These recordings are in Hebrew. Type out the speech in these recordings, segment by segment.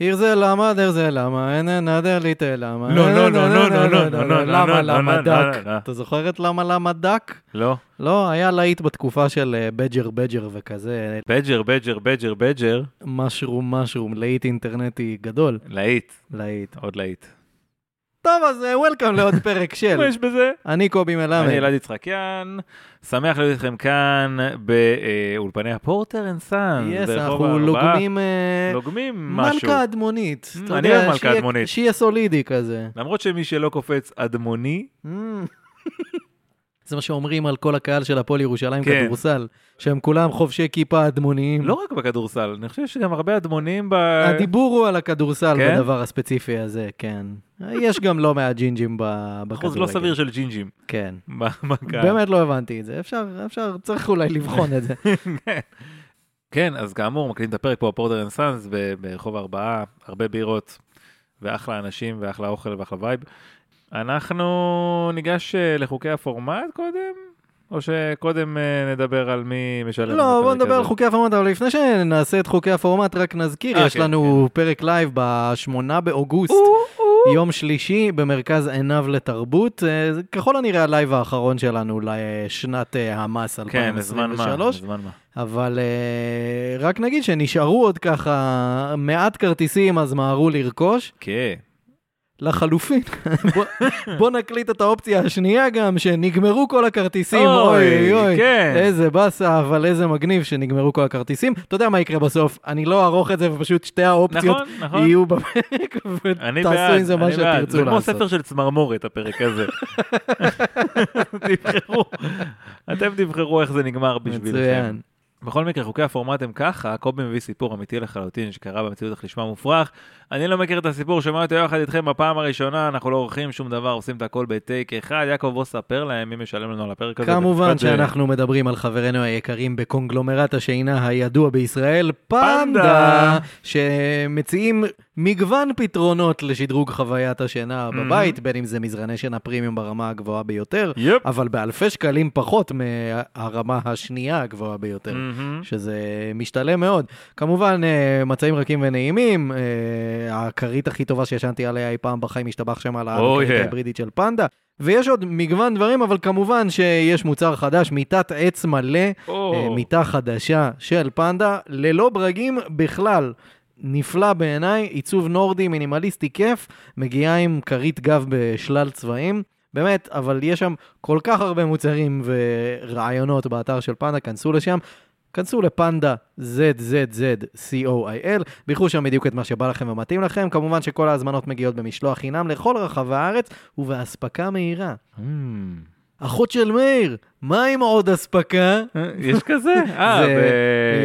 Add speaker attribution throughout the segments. Speaker 1: עיר זה למה, דר זה למה, אין אין הדר ליטה למה.
Speaker 2: לא, לא, לא, לא, לא, לא, לא, לא,
Speaker 1: למה,
Speaker 2: לא,
Speaker 1: למה
Speaker 2: לא,
Speaker 1: דק.
Speaker 2: לא, לא.
Speaker 1: אתה זוכר את למה, למה דק?
Speaker 2: לא.
Speaker 1: לא, היה להיט בתקופה של אה, בג'ר בג'ר וכזה,
Speaker 2: בג'ר, בג'ר, בג'ר, בג'ר,
Speaker 1: משרום משרום, להיט אינטרנטי גדול,
Speaker 2: להיט,
Speaker 1: להיט.
Speaker 2: עוד להיט.
Speaker 1: טוב, אז וולקאם לעוד פרק של
Speaker 2: מה יש בזה?
Speaker 1: אני קובי
Speaker 2: אני
Speaker 1: מלמד.
Speaker 2: אלעד יצחקיאן, שמח להיות איתכם כאן באולפני הפורטר אנד סאנס.
Speaker 1: יס,
Speaker 2: ברחוב
Speaker 1: אנחנו
Speaker 2: הארבעה.
Speaker 1: לוגמים אה,
Speaker 2: לוגמים משהו.
Speaker 1: מלכה אדמונית.
Speaker 2: Mm,
Speaker 1: אתה
Speaker 2: אני
Speaker 1: יודע,
Speaker 2: אוהב מלכה
Speaker 1: שיהיה-
Speaker 2: אדמונית.
Speaker 1: שיהיה סולידי כזה.
Speaker 2: למרות שמי שלא קופץ אדמוני,
Speaker 1: Mm. זה מה שאומרים על כל הקהל של הפועל ירושלים
Speaker 2: כן.
Speaker 1: כדורסל, שהם כולם חובשי כיפה אדמוניים.
Speaker 2: לא רק בכדורסל, אני חושב שגם הרבה אדמונים ב...
Speaker 1: הדיבור הוא על הכדורסל
Speaker 2: כן?
Speaker 1: בדבר הספציפי הזה, כן. יש גם לא מעט ג'ינג'ים ב-
Speaker 2: אחוז
Speaker 1: בכדורגל.
Speaker 2: לא סביר של ג'ינג'ים.
Speaker 1: כן.
Speaker 2: ב- בקהל.
Speaker 1: באמת לא הבנתי את זה, אפשר, אפשר, צריך אולי לבחון את זה.
Speaker 2: כן, אז כאמור, מקליטים את הפרק פה בפורטר אנד סאנס ב- ברחוב ארבעה, הרבה בירות, ואחלה אנשים, ואחלה אוכל, ואחלה וייב. אנחנו ניגש אה, לחוקי הפורמט קודם, או שקודם אה, נדבר על מי משלם?
Speaker 1: לא,
Speaker 2: בפרק
Speaker 1: בוא נדבר
Speaker 2: הזה?
Speaker 1: על חוקי הפורמט, אבל לפני שנעשה את חוקי הפורמט, רק נזכיר,
Speaker 2: אה,
Speaker 1: יש
Speaker 2: כן,
Speaker 1: לנו פרק לייב ב-8 באוגוסט, יום שלישי, במרכז עיניו לתרבות. אה, זה ככל הנראה הלייב האחרון שלנו לשנת אה, המס
Speaker 2: כן, לזמן מה,
Speaker 1: 2023,
Speaker 2: לזמן מה.
Speaker 1: אבל אה, רק נגיד שנשארו עוד ככה מעט כרטיסים, אז מהרו לרכוש.
Speaker 2: כן.
Speaker 1: לחלופין, בוא, בוא נקליט את האופציה השנייה גם, שנגמרו כל הכרטיסים,
Speaker 2: אוי,
Speaker 1: אוי אוי,
Speaker 2: כן.
Speaker 1: איזה באסה, אבל איזה מגניב שנגמרו כל הכרטיסים. אתה יודע מה יקרה בסוף, אני לא אערוך את זה ופשוט שתי האופציות
Speaker 2: נכון, נכון.
Speaker 1: יהיו בפרק,
Speaker 2: אני
Speaker 1: ותעשו
Speaker 2: בעד,
Speaker 1: עם זה מה
Speaker 2: אני בעד.
Speaker 1: שתרצו
Speaker 2: זה כמו
Speaker 1: לעשות.
Speaker 2: ספר של צמרמורת, הפרק הזה. תבחרו, אתם תבחרו איך זה נגמר בשבילכם.
Speaker 1: מצוין.
Speaker 2: בכל מקרה, חוקי הפורמט הם ככה, קובי מביא סיפור אמיתי לחלוטין שקרה במציאות אך לשמה מופרך. אני לא מכיר את הסיפור, שומע אותו יחד איתכם בפעם הראשונה, אנחנו לא עורכים שום דבר, עושים את הכל בטייק אחד. יעקב, בוא ספר להם מי משלם לנו על הפרק הזה.
Speaker 1: כמובן
Speaker 2: במשפט, אה,
Speaker 1: שאנחנו מדברים על חברינו היקרים בקונגלומרט השינה הידוע בישראל,
Speaker 2: פנדה.
Speaker 1: פנדה, שמציעים מגוון פתרונות לשדרוג חוויית השינה בבית, בין אם זה מזרני שינה פרימיום ברמה הגבוהה ביותר,
Speaker 2: יפ.
Speaker 1: אבל באלפי שקלים פחות מהרמה השנייה הגבוהה ביותר.
Speaker 2: מהמם.
Speaker 1: שזה משתלם מאוד. כמובן, אה, מצעים רכים ונעימים, אה, הכרית הכי טובה שישנתי עליה אי פעם בחיים השתבח שם על
Speaker 2: Oh,
Speaker 1: הכרית
Speaker 2: yeah.
Speaker 1: ההיברידית של פנדה. ויש עוד מגוון דברים, אבל כמובן שיש מוצר חדש, מיטת עץ מלא,
Speaker 2: או.
Speaker 1: אה, מיטה חדשה של פנדה, ללא ברגים בכלל. נפלא בעיניי, עיצוב נורדי, מינימליסטי, כיף, מגיעה עם כרית גב בשלל צבעים. באמת, אבל יש שם כל כך הרבה מוצרים ורעיונות באתר של פנדה, כנסו לשם. כנסו לפנדה ZZZCOIL, ביקחו שם בדיוק את מה שבא לכם ומתאים לכם. כמובן שכל ההזמנות מגיעות במשלוח חינם לכל רחבי הארץ ובאספקה מהירה.
Speaker 2: אמ.
Speaker 1: אחות של מאיר, מה עם עוד אספקה?
Speaker 2: יש כזה? אה,
Speaker 1: זה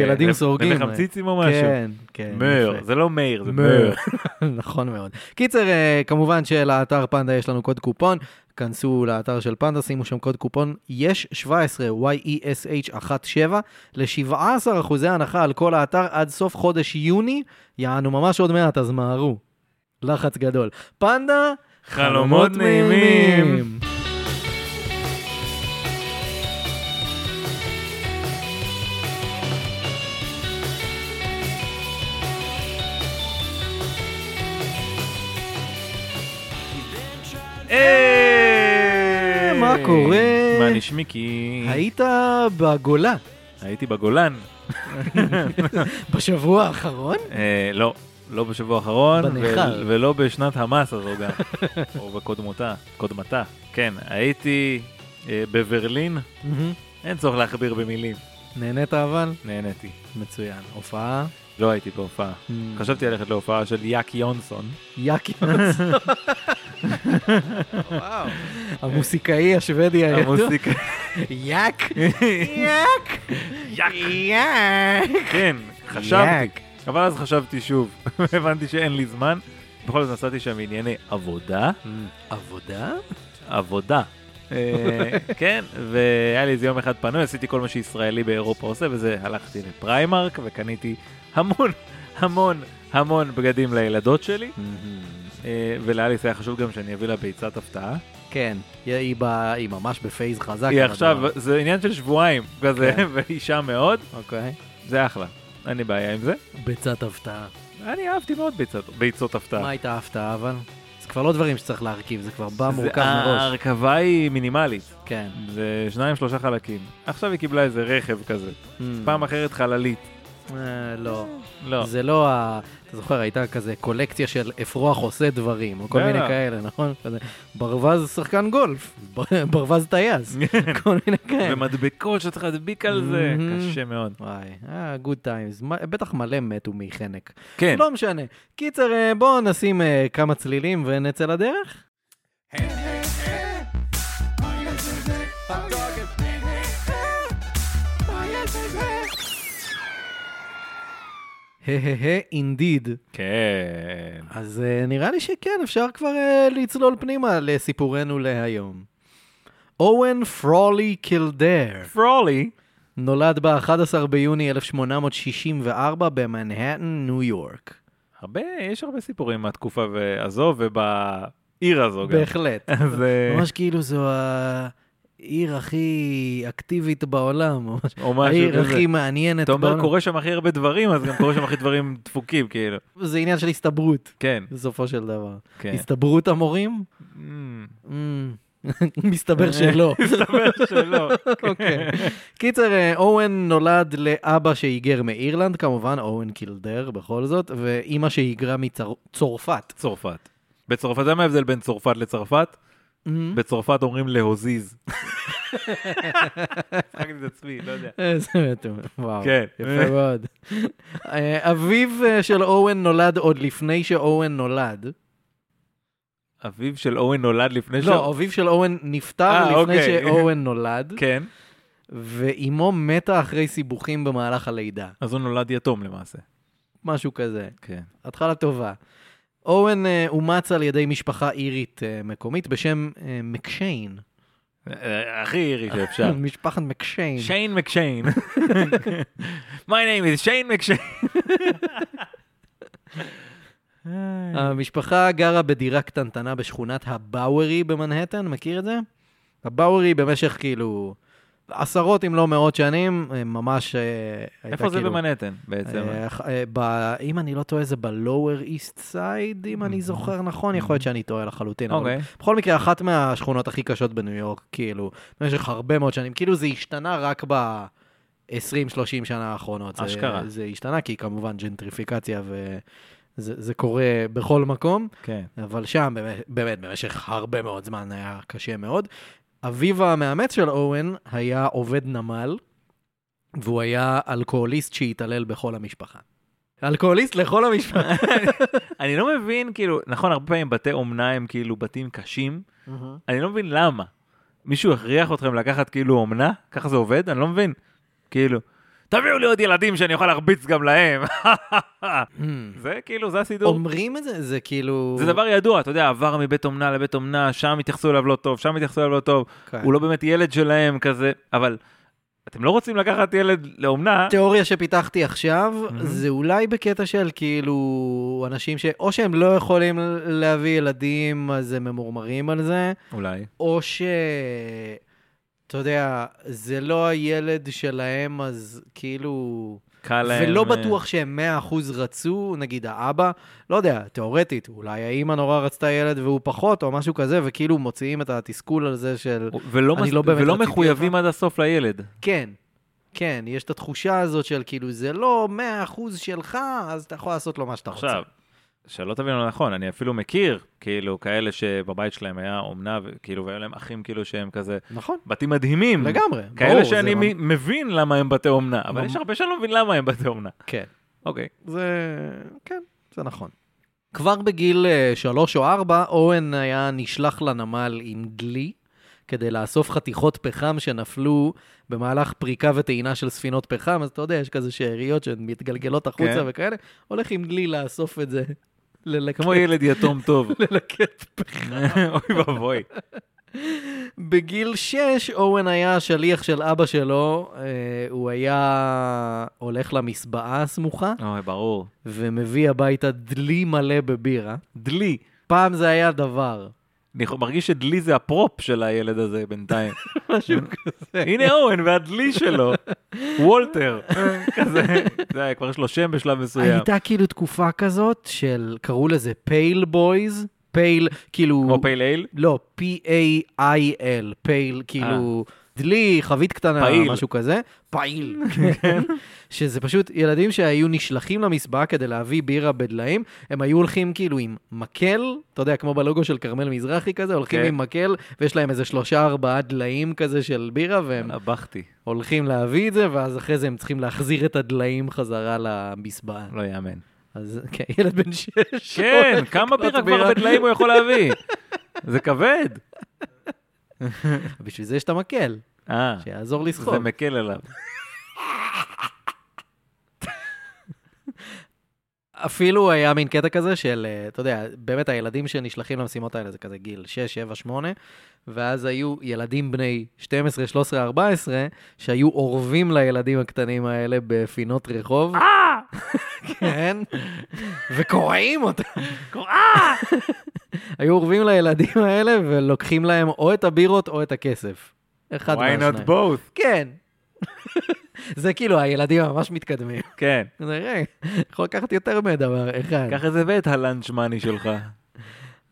Speaker 2: ב-
Speaker 1: ילדים
Speaker 2: למ-
Speaker 1: סורגים.
Speaker 2: למחמציצים או משהו.
Speaker 1: כן, כן.
Speaker 2: מאיר,
Speaker 1: יפה.
Speaker 2: זה לא מאיר, זה מאיר.
Speaker 1: מאיר. נכון מאוד. קיצר, אה, כמובן שלאתר פנדה יש לנו קוד קופון. כנסו לאתר של פנדה, שימו שם קוד קופון יש 17, YESH17, ל-17 אחוזי הנחה על כל האתר עד סוף חודש יוני. יענו ממש עוד מעט, אז מהרו. לחץ גדול. פנדה,
Speaker 2: חלומות נעימים. היי!
Speaker 1: מה קורה?
Speaker 2: מה נשמיקי?
Speaker 1: היית בגולה
Speaker 2: הייתי בגולן.
Speaker 1: בשבוע האחרון?
Speaker 2: אה, לא, לא בשבוע האחרון,
Speaker 1: בניכר.
Speaker 2: ו- ולא בשנת המס הזו גם, או בקודמותה, קודמתה. כן, הייתי אה, בברלין, אין צורך להכביר במילים,
Speaker 1: נהנית אבל?
Speaker 2: נהניתי.
Speaker 1: מצוין. הופעה?
Speaker 2: לא הייתי בהופעה. חשבתי ללכת להופעה של יאק יונסון.
Speaker 1: יאקי מצלו. המוסיקאי השוודי הידוע.
Speaker 2: המוסיקה.
Speaker 1: יאק. יאק.
Speaker 2: יאק.
Speaker 1: יאק.
Speaker 2: כן, חשבתי, אבל אז חשבתי שוב, הבנתי שאין לי זמן. בכל זאת נסעתי שם ענייני עבודה.
Speaker 1: Mm-hmm. עבודה?
Speaker 2: עבודה. אה, כן, והיה לי איזה יום אחד פנוי, עשיתי כל מה שישראלי באירופה עושה, וזה הלכתי לפריימרק וקניתי המון, המון, המון בגדים לילדות שלי,
Speaker 1: Mm-hmm.
Speaker 2: אה, ולאליס היה חשוב גם שאני אביא לה ביצת הפתעה.
Speaker 1: כן, היא- היא ב- היא ממש בפייז חזק. לא.
Speaker 2: היא
Speaker 1: על
Speaker 2: עכשיו,
Speaker 1: הדבר.
Speaker 2: זה עניין של שבועיים, כזה,
Speaker 1: כן.
Speaker 2: והיא שם מאוד,
Speaker 1: אוקיי.
Speaker 2: זה אחלה, אין לי בעיה עם זה.
Speaker 1: ביצת הפתעה.
Speaker 2: אני אהבתי מאוד ביצות- ביצות
Speaker 1: מה
Speaker 2: הפתעה.
Speaker 1: הייתה ההפתעה אבל? זה כבר לא דברים שצריך להרכיב, זה כבר בא
Speaker 2: זה-
Speaker 1: מורכב מראש.
Speaker 2: ההרכבה היא מינימלית,
Speaker 1: כן.
Speaker 2: זה שניים שלושה חלקים. עכשיו היא קיבלה איזה רכב כזה,
Speaker 1: Mm.
Speaker 2: פעם אחרת חללית.
Speaker 1: אה, לא.
Speaker 2: לא,
Speaker 1: זה לא ה... אתה זוכר, הייתה כזה קולקציה של אפרוח עושה דברים, או כל
Speaker 2: לא,
Speaker 1: מיני
Speaker 2: לא.
Speaker 1: כאלה, נכון? כזה, ברווז שחקן גולף, בר- ברווז טייס,
Speaker 2: כן.
Speaker 1: כל מיני כאלה.
Speaker 2: ומדבקות שאתה צריך להדביק על זה,
Speaker 1: כן. מהמם.
Speaker 2: קשה מאוד.
Speaker 1: וואי, אה, גוד טיימס, בטח מלא מתו מחנק.
Speaker 2: כן,
Speaker 1: לא משנה. קיצר, אה, בואו נשים אה, כמה צלילים ונצא לדרך. הא אינדיד.
Speaker 2: כן.
Speaker 1: אז אה, נראה לי שכן, אפשר כבר אה, לצלול פנימה לסיפורנו להיום. אוהן פרולי קילדר
Speaker 2: פרולי,
Speaker 1: נולד ב-11 ביוני 1864 במנהטן, ניו יורק.
Speaker 2: הרבה, יש הרבה סיפורים מהתקופה הזו ובעיר הזו גם.
Speaker 1: בהחלט.
Speaker 2: אז אוקיי. אה,
Speaker 1: ממש כאילו זו העיר הכי אקטיבית בעולם, או
Speaker 2: או משהו
Speaker 1: העיר
Speaker 2: כזה.
Speaker 1: הכי מעניינת
Speaker 2: אתה אומר,
Speaker 1: בעולם.
Speaker 2: קורה שם הכי הרבה דברים, אז גם קורה שם הכי דברים דפוקים, כאילו.
Speaker 1: זה עניין של הסתברות,
Speaker 2: כן,
Speaker 1: בסופו של דבר.
Speaker 2: כן.
Speaker 1: הסתברות המורים?
Speaker 2: אמ,
Speaker 1: אמ, מסתבר שלא.
Speaker 2: מסתבר שלא.
Speaker 1: אוקיי. קיצר, אה, אוהן נולד לאבא שהיגר מאירלנד, כמובן, אוהן קילדר בכל זאת, ואימא שהיגרה מצרפת.
Speaker 2: צרפת. בצרפת, אתה יודע מה ההבדל בין צרפת לצרפת? בצרפת אומרים להוזיז.
Speaker 1: Mm.
Speaker 2: צחקתי את עצמי, לא יודע.
Speaker 1: איזה מטומ... אה, וואו,
Speaker 2: כן.
Speaker 1: יפה מאוד. אה, אביו אה, של אוהן נולד עוד לפני שאוהן נולד.
Speaker 2: אביו של אוהן נולד לפני ש...
Speaker 1: לא, אביו של אוהן
Speaker 2: אה,
Speaker 1: נפטר לפני
Speaker 2: אוקיי.
Speaker 1: שאוהן נולד,
Speaker 2: כן.
Speaker 1: ואימו מתה אחרי סיבוכים במהלך הלידה.
Speaker 2: אז הוא נולד יתום למעשה.
Speaker 1: משהו כזה.
Speaker 2: כן.
Speaker 1: התחלה טובה. אוהן אה, אומץ על ידי משפחה אירית אה, מקומית בשם אה, מקשיין.
Speaker 2: אה, הכי אירי שאפשר.
Speaker 1: משפחת מקשיין.
Speaker 2: שיין מקשיין. My name is שיין מקשיין. אה,
Speaker 1: המשפחה אה, גרה בדירה קטנטנה בשכונת הבאוארי במנהטן, מכיר את זה? הבאוארי במשך כאילו עשרות אם לא מאות שנים, אה, ממש אה, הייתה
Speaker 2: איפה זה
Speaker 1: כאילו...
Speaker 2: במנהטן בעצם?
Speaker 1: אה, אה, ב... אם אני לא טועה זה בלואוור איסט סייד, אם אני זוכר נכון, יכול להיות שאני טועה לחלוטין. אבל
Speaker 2: אוקיי.
Speaker 1: בכל מקרה, אחת מהשכונות הכי קשות בניו יורק, כאילו, במשך הרבה מאוד שנים, כאילו זה השתנה רק ב... 20-30 שנה האחרונות. זה-
Speaker 2: אשכרה.
Speaker 1: זה השתנה, כי כמובן ג'נטריפיקציה וזה זה קורה בכל מקום,
Speaker 2: כן.
Speaker 1: אבל שם באמת, באמת במשך הרבה מאוד זמן היה קשה מאוד. אביו המאמץ של אוהן היה עובד נמל, והוא היה אלכוהוליסט שהתעלל בכל המשפחה. אלכוהוליסט לכל המשפחה.
Speaker 2: אני לא מבין, כאילו, נכון, הרבה פעמים בתי אומנה הם כאילו בתים קשים, אני לא מבין למה. מישהו הכריח אתכם לקחת כאילו אומנה? ככה זה עובד? אני לא מבין. כאילו, תביאו לי עוד ילדים שאני אוכל להרביץ גם להם. זה כאילו, זה הסידור.
Speaker 1: אומרים את זה, זה כאילו...
Speaker 2: זה דבר ידוע, אתה יודע, עבר מבית אומנה לבית אומנה, שם התייחסו אליו לא טוב, שם התייחסו אליו לא טוב,
Speaker 1: כן.
Speaker 2: הוא לא באמת ילד שלהם כזה, אבל אתם לא רוצים לקחת ילד לאומנה,
Speaker 1: התיאוריה שפיתחתי עכשיו,
Speaker 2: Mhm.
Speaker 1: זה אולי בקטע של כאילו אנשים שאו שהם לא יכולים להביא ילדים, אז הם ממורמרים על זה,
Speaker 2: אולי.
Speaker 1: או ש... אתה יודע, זה לא הילד שלהם, אז כאילו...
Speaker 2: קל להם...
Speaker 1: ולא
Speaker 2: אה,
Speaker 1: בטוח שהם 100% רצו, נגיד האבא, לא יודע, תיאורטית, אולי האימא נורא רצתה ילד והוא פחות, או משהו כזה, וכאילו מוציאים את התסכול על זה של...
Speaker 2: ולא,
Speaker 1: אני
Speaker 2: מס...
Speaker 1: לא באמת
Speaker 2: ולא
Speaker 1: רציתי
Speaker 2: מחויבים עד הסוף לילד.
Speaker 1: כן, כן, יש את התחושה הזאת של כאילו, זה לא 100% שלך, אז אתה יכול לעשות לו מה שאתה רוצה.
Speaker 2: עכשיו, שלא תבינו לא נכון, אני אפילו מכיר, כאילו, כאלה שבבית שלהם היה אומנה, ו- כאילו, והיו להם אחים, כאילו, שהם כזה
Speaker 1: נכון,
Speaker 2: בתים מדהימים.
Speaker 1: לגמרי.
Speaker 2: כאלה
Speaker 1: ברור,
Speaker 2: שאני
Speaker 1: זה ממש-
Speaker 2: מ... מבין למה הם בתי אומנה, אבל
Speaker 1: ממ-
Speaker 2: יש הרבה שאני לא מבין למה הם בתי אומנה.
Speaker 1: כן,
Speaker 2: אוקיי.
Speaker 1: זה... כן, זה נכון. כבר בגיל אה, שלוש או ארבע, אוהן היה נשלח לנמל עם דלי כדי לאסוף חתיכות פחם שנפלו במהלך פריקה וטעינה של ספינות פחם, אז אתה יודע, יש כזה שאריות שמתגלגלות החוצה
Speaker 2: כן.
Speaker 1: וכאלה, הולך עם דלי לאסוף את זה, ללקט,
Speaker 2: כמו ילד יתום טוב.
Speaker 1: ללקט
Speaker 2: אוי ואבוי.
Speaker 1: בגיל 6 אורן היה השליח של אבא שלו, אה, הוא היה הולך למסבעה הסמוכה
Speaker 2: אוי, ברור.
Speaker 1: ומביא הביתה דלי מלא בבירה.
Speaker 2: דלי.
Speaker 1: פעם זה היה דבר.
Speaker 2: אני מרגיש שדלי זה הפרופ של הילד הזה בינתיים.
Speaker 1: משהו כזה.
Speaker 2: הנה אורן והדלי שלו, וולטר, כזה, זה היה כבר יש לו שם בשלב מסוים.
Speaker 1: הייתה כאילו תקופה כזאת של, קראו לזה פייל בויז, פייל, כאילו...
Speaker 2: כמו פייל אייל,
Speaker 1: לא, P-A-I-L, פייל, כאילו, דלי, חבית קטנה,
Speaker 2: אה. פעיל.
Speaker 1: משהו כזה. פעיל. כן. שזה פשוט ילדים שהיו נשלחים למסבעה כדי להביא בירה בדליים, הם היו הולכים כאילו עם מקל, אתה יודע, כמו בלוגו של כרמל מזרחי כזה, הולכים
Speaker 2: כן.
Speaker 1: עם מקל, ויש להם איזה שלושה, ארבעה דליים כזה של בירה, והם
Speaker 2: כן, הבכתי,
Speaker 1: הולכים להביא את זה, ואז אחרי זה הם צריכים להחזיר את הדליים חזרה למסבעה.
Speaker 2: לא יאמן.
Speaker 1: אז כן, ילד בן שש.
Speaker 2: כן,
Speaker 1: הולך
Speaker 2: כמה
Speaker 1: לקנות
Speaker 2: בירה
Speaker 1: בירה.
Speaker 2: כבר בדליים הוא יכול להביא? זה כבד.
Speaker 1: בשביל זה יש את המקל,
Speaker 2: אה,
Speaker 1: שיעזור
Speaker 2: זה
Speaker 1: לסחוב.
Speaker 2: מקל עליו.
Speaker 1: אפילו היה מין קטע כזה של, אה, אתה יודע, באמת הילדים שנשלחים למשימות האלה זה כזה גיל 6, 7, 8, ואז היו ילדים בני 12, 13, 14, שהיו אורבים לילדים הקטנים האלה בפינות רחוב.
Speaker 2: אה!
Speaker 1: כן, וקורעים אותם.
Speaker 2: אה!
Speaker 1: היו אורבים לילדים האלה ולוקחים להם או את הבירות או את הכסף. אחד
Speaker 2: Why
Speaker 1: מהשניים.
Speaker 2: not both?
Speaker 1: כן. זה כאילו, הילדים ממש מתקדמים.
Speaker 2: כן,
Speaker 1: זה רגע, יכול לקחת יותר מדבר אחד.
Speaker 2: קח את זה ואת הלאנץ' מאני שלך.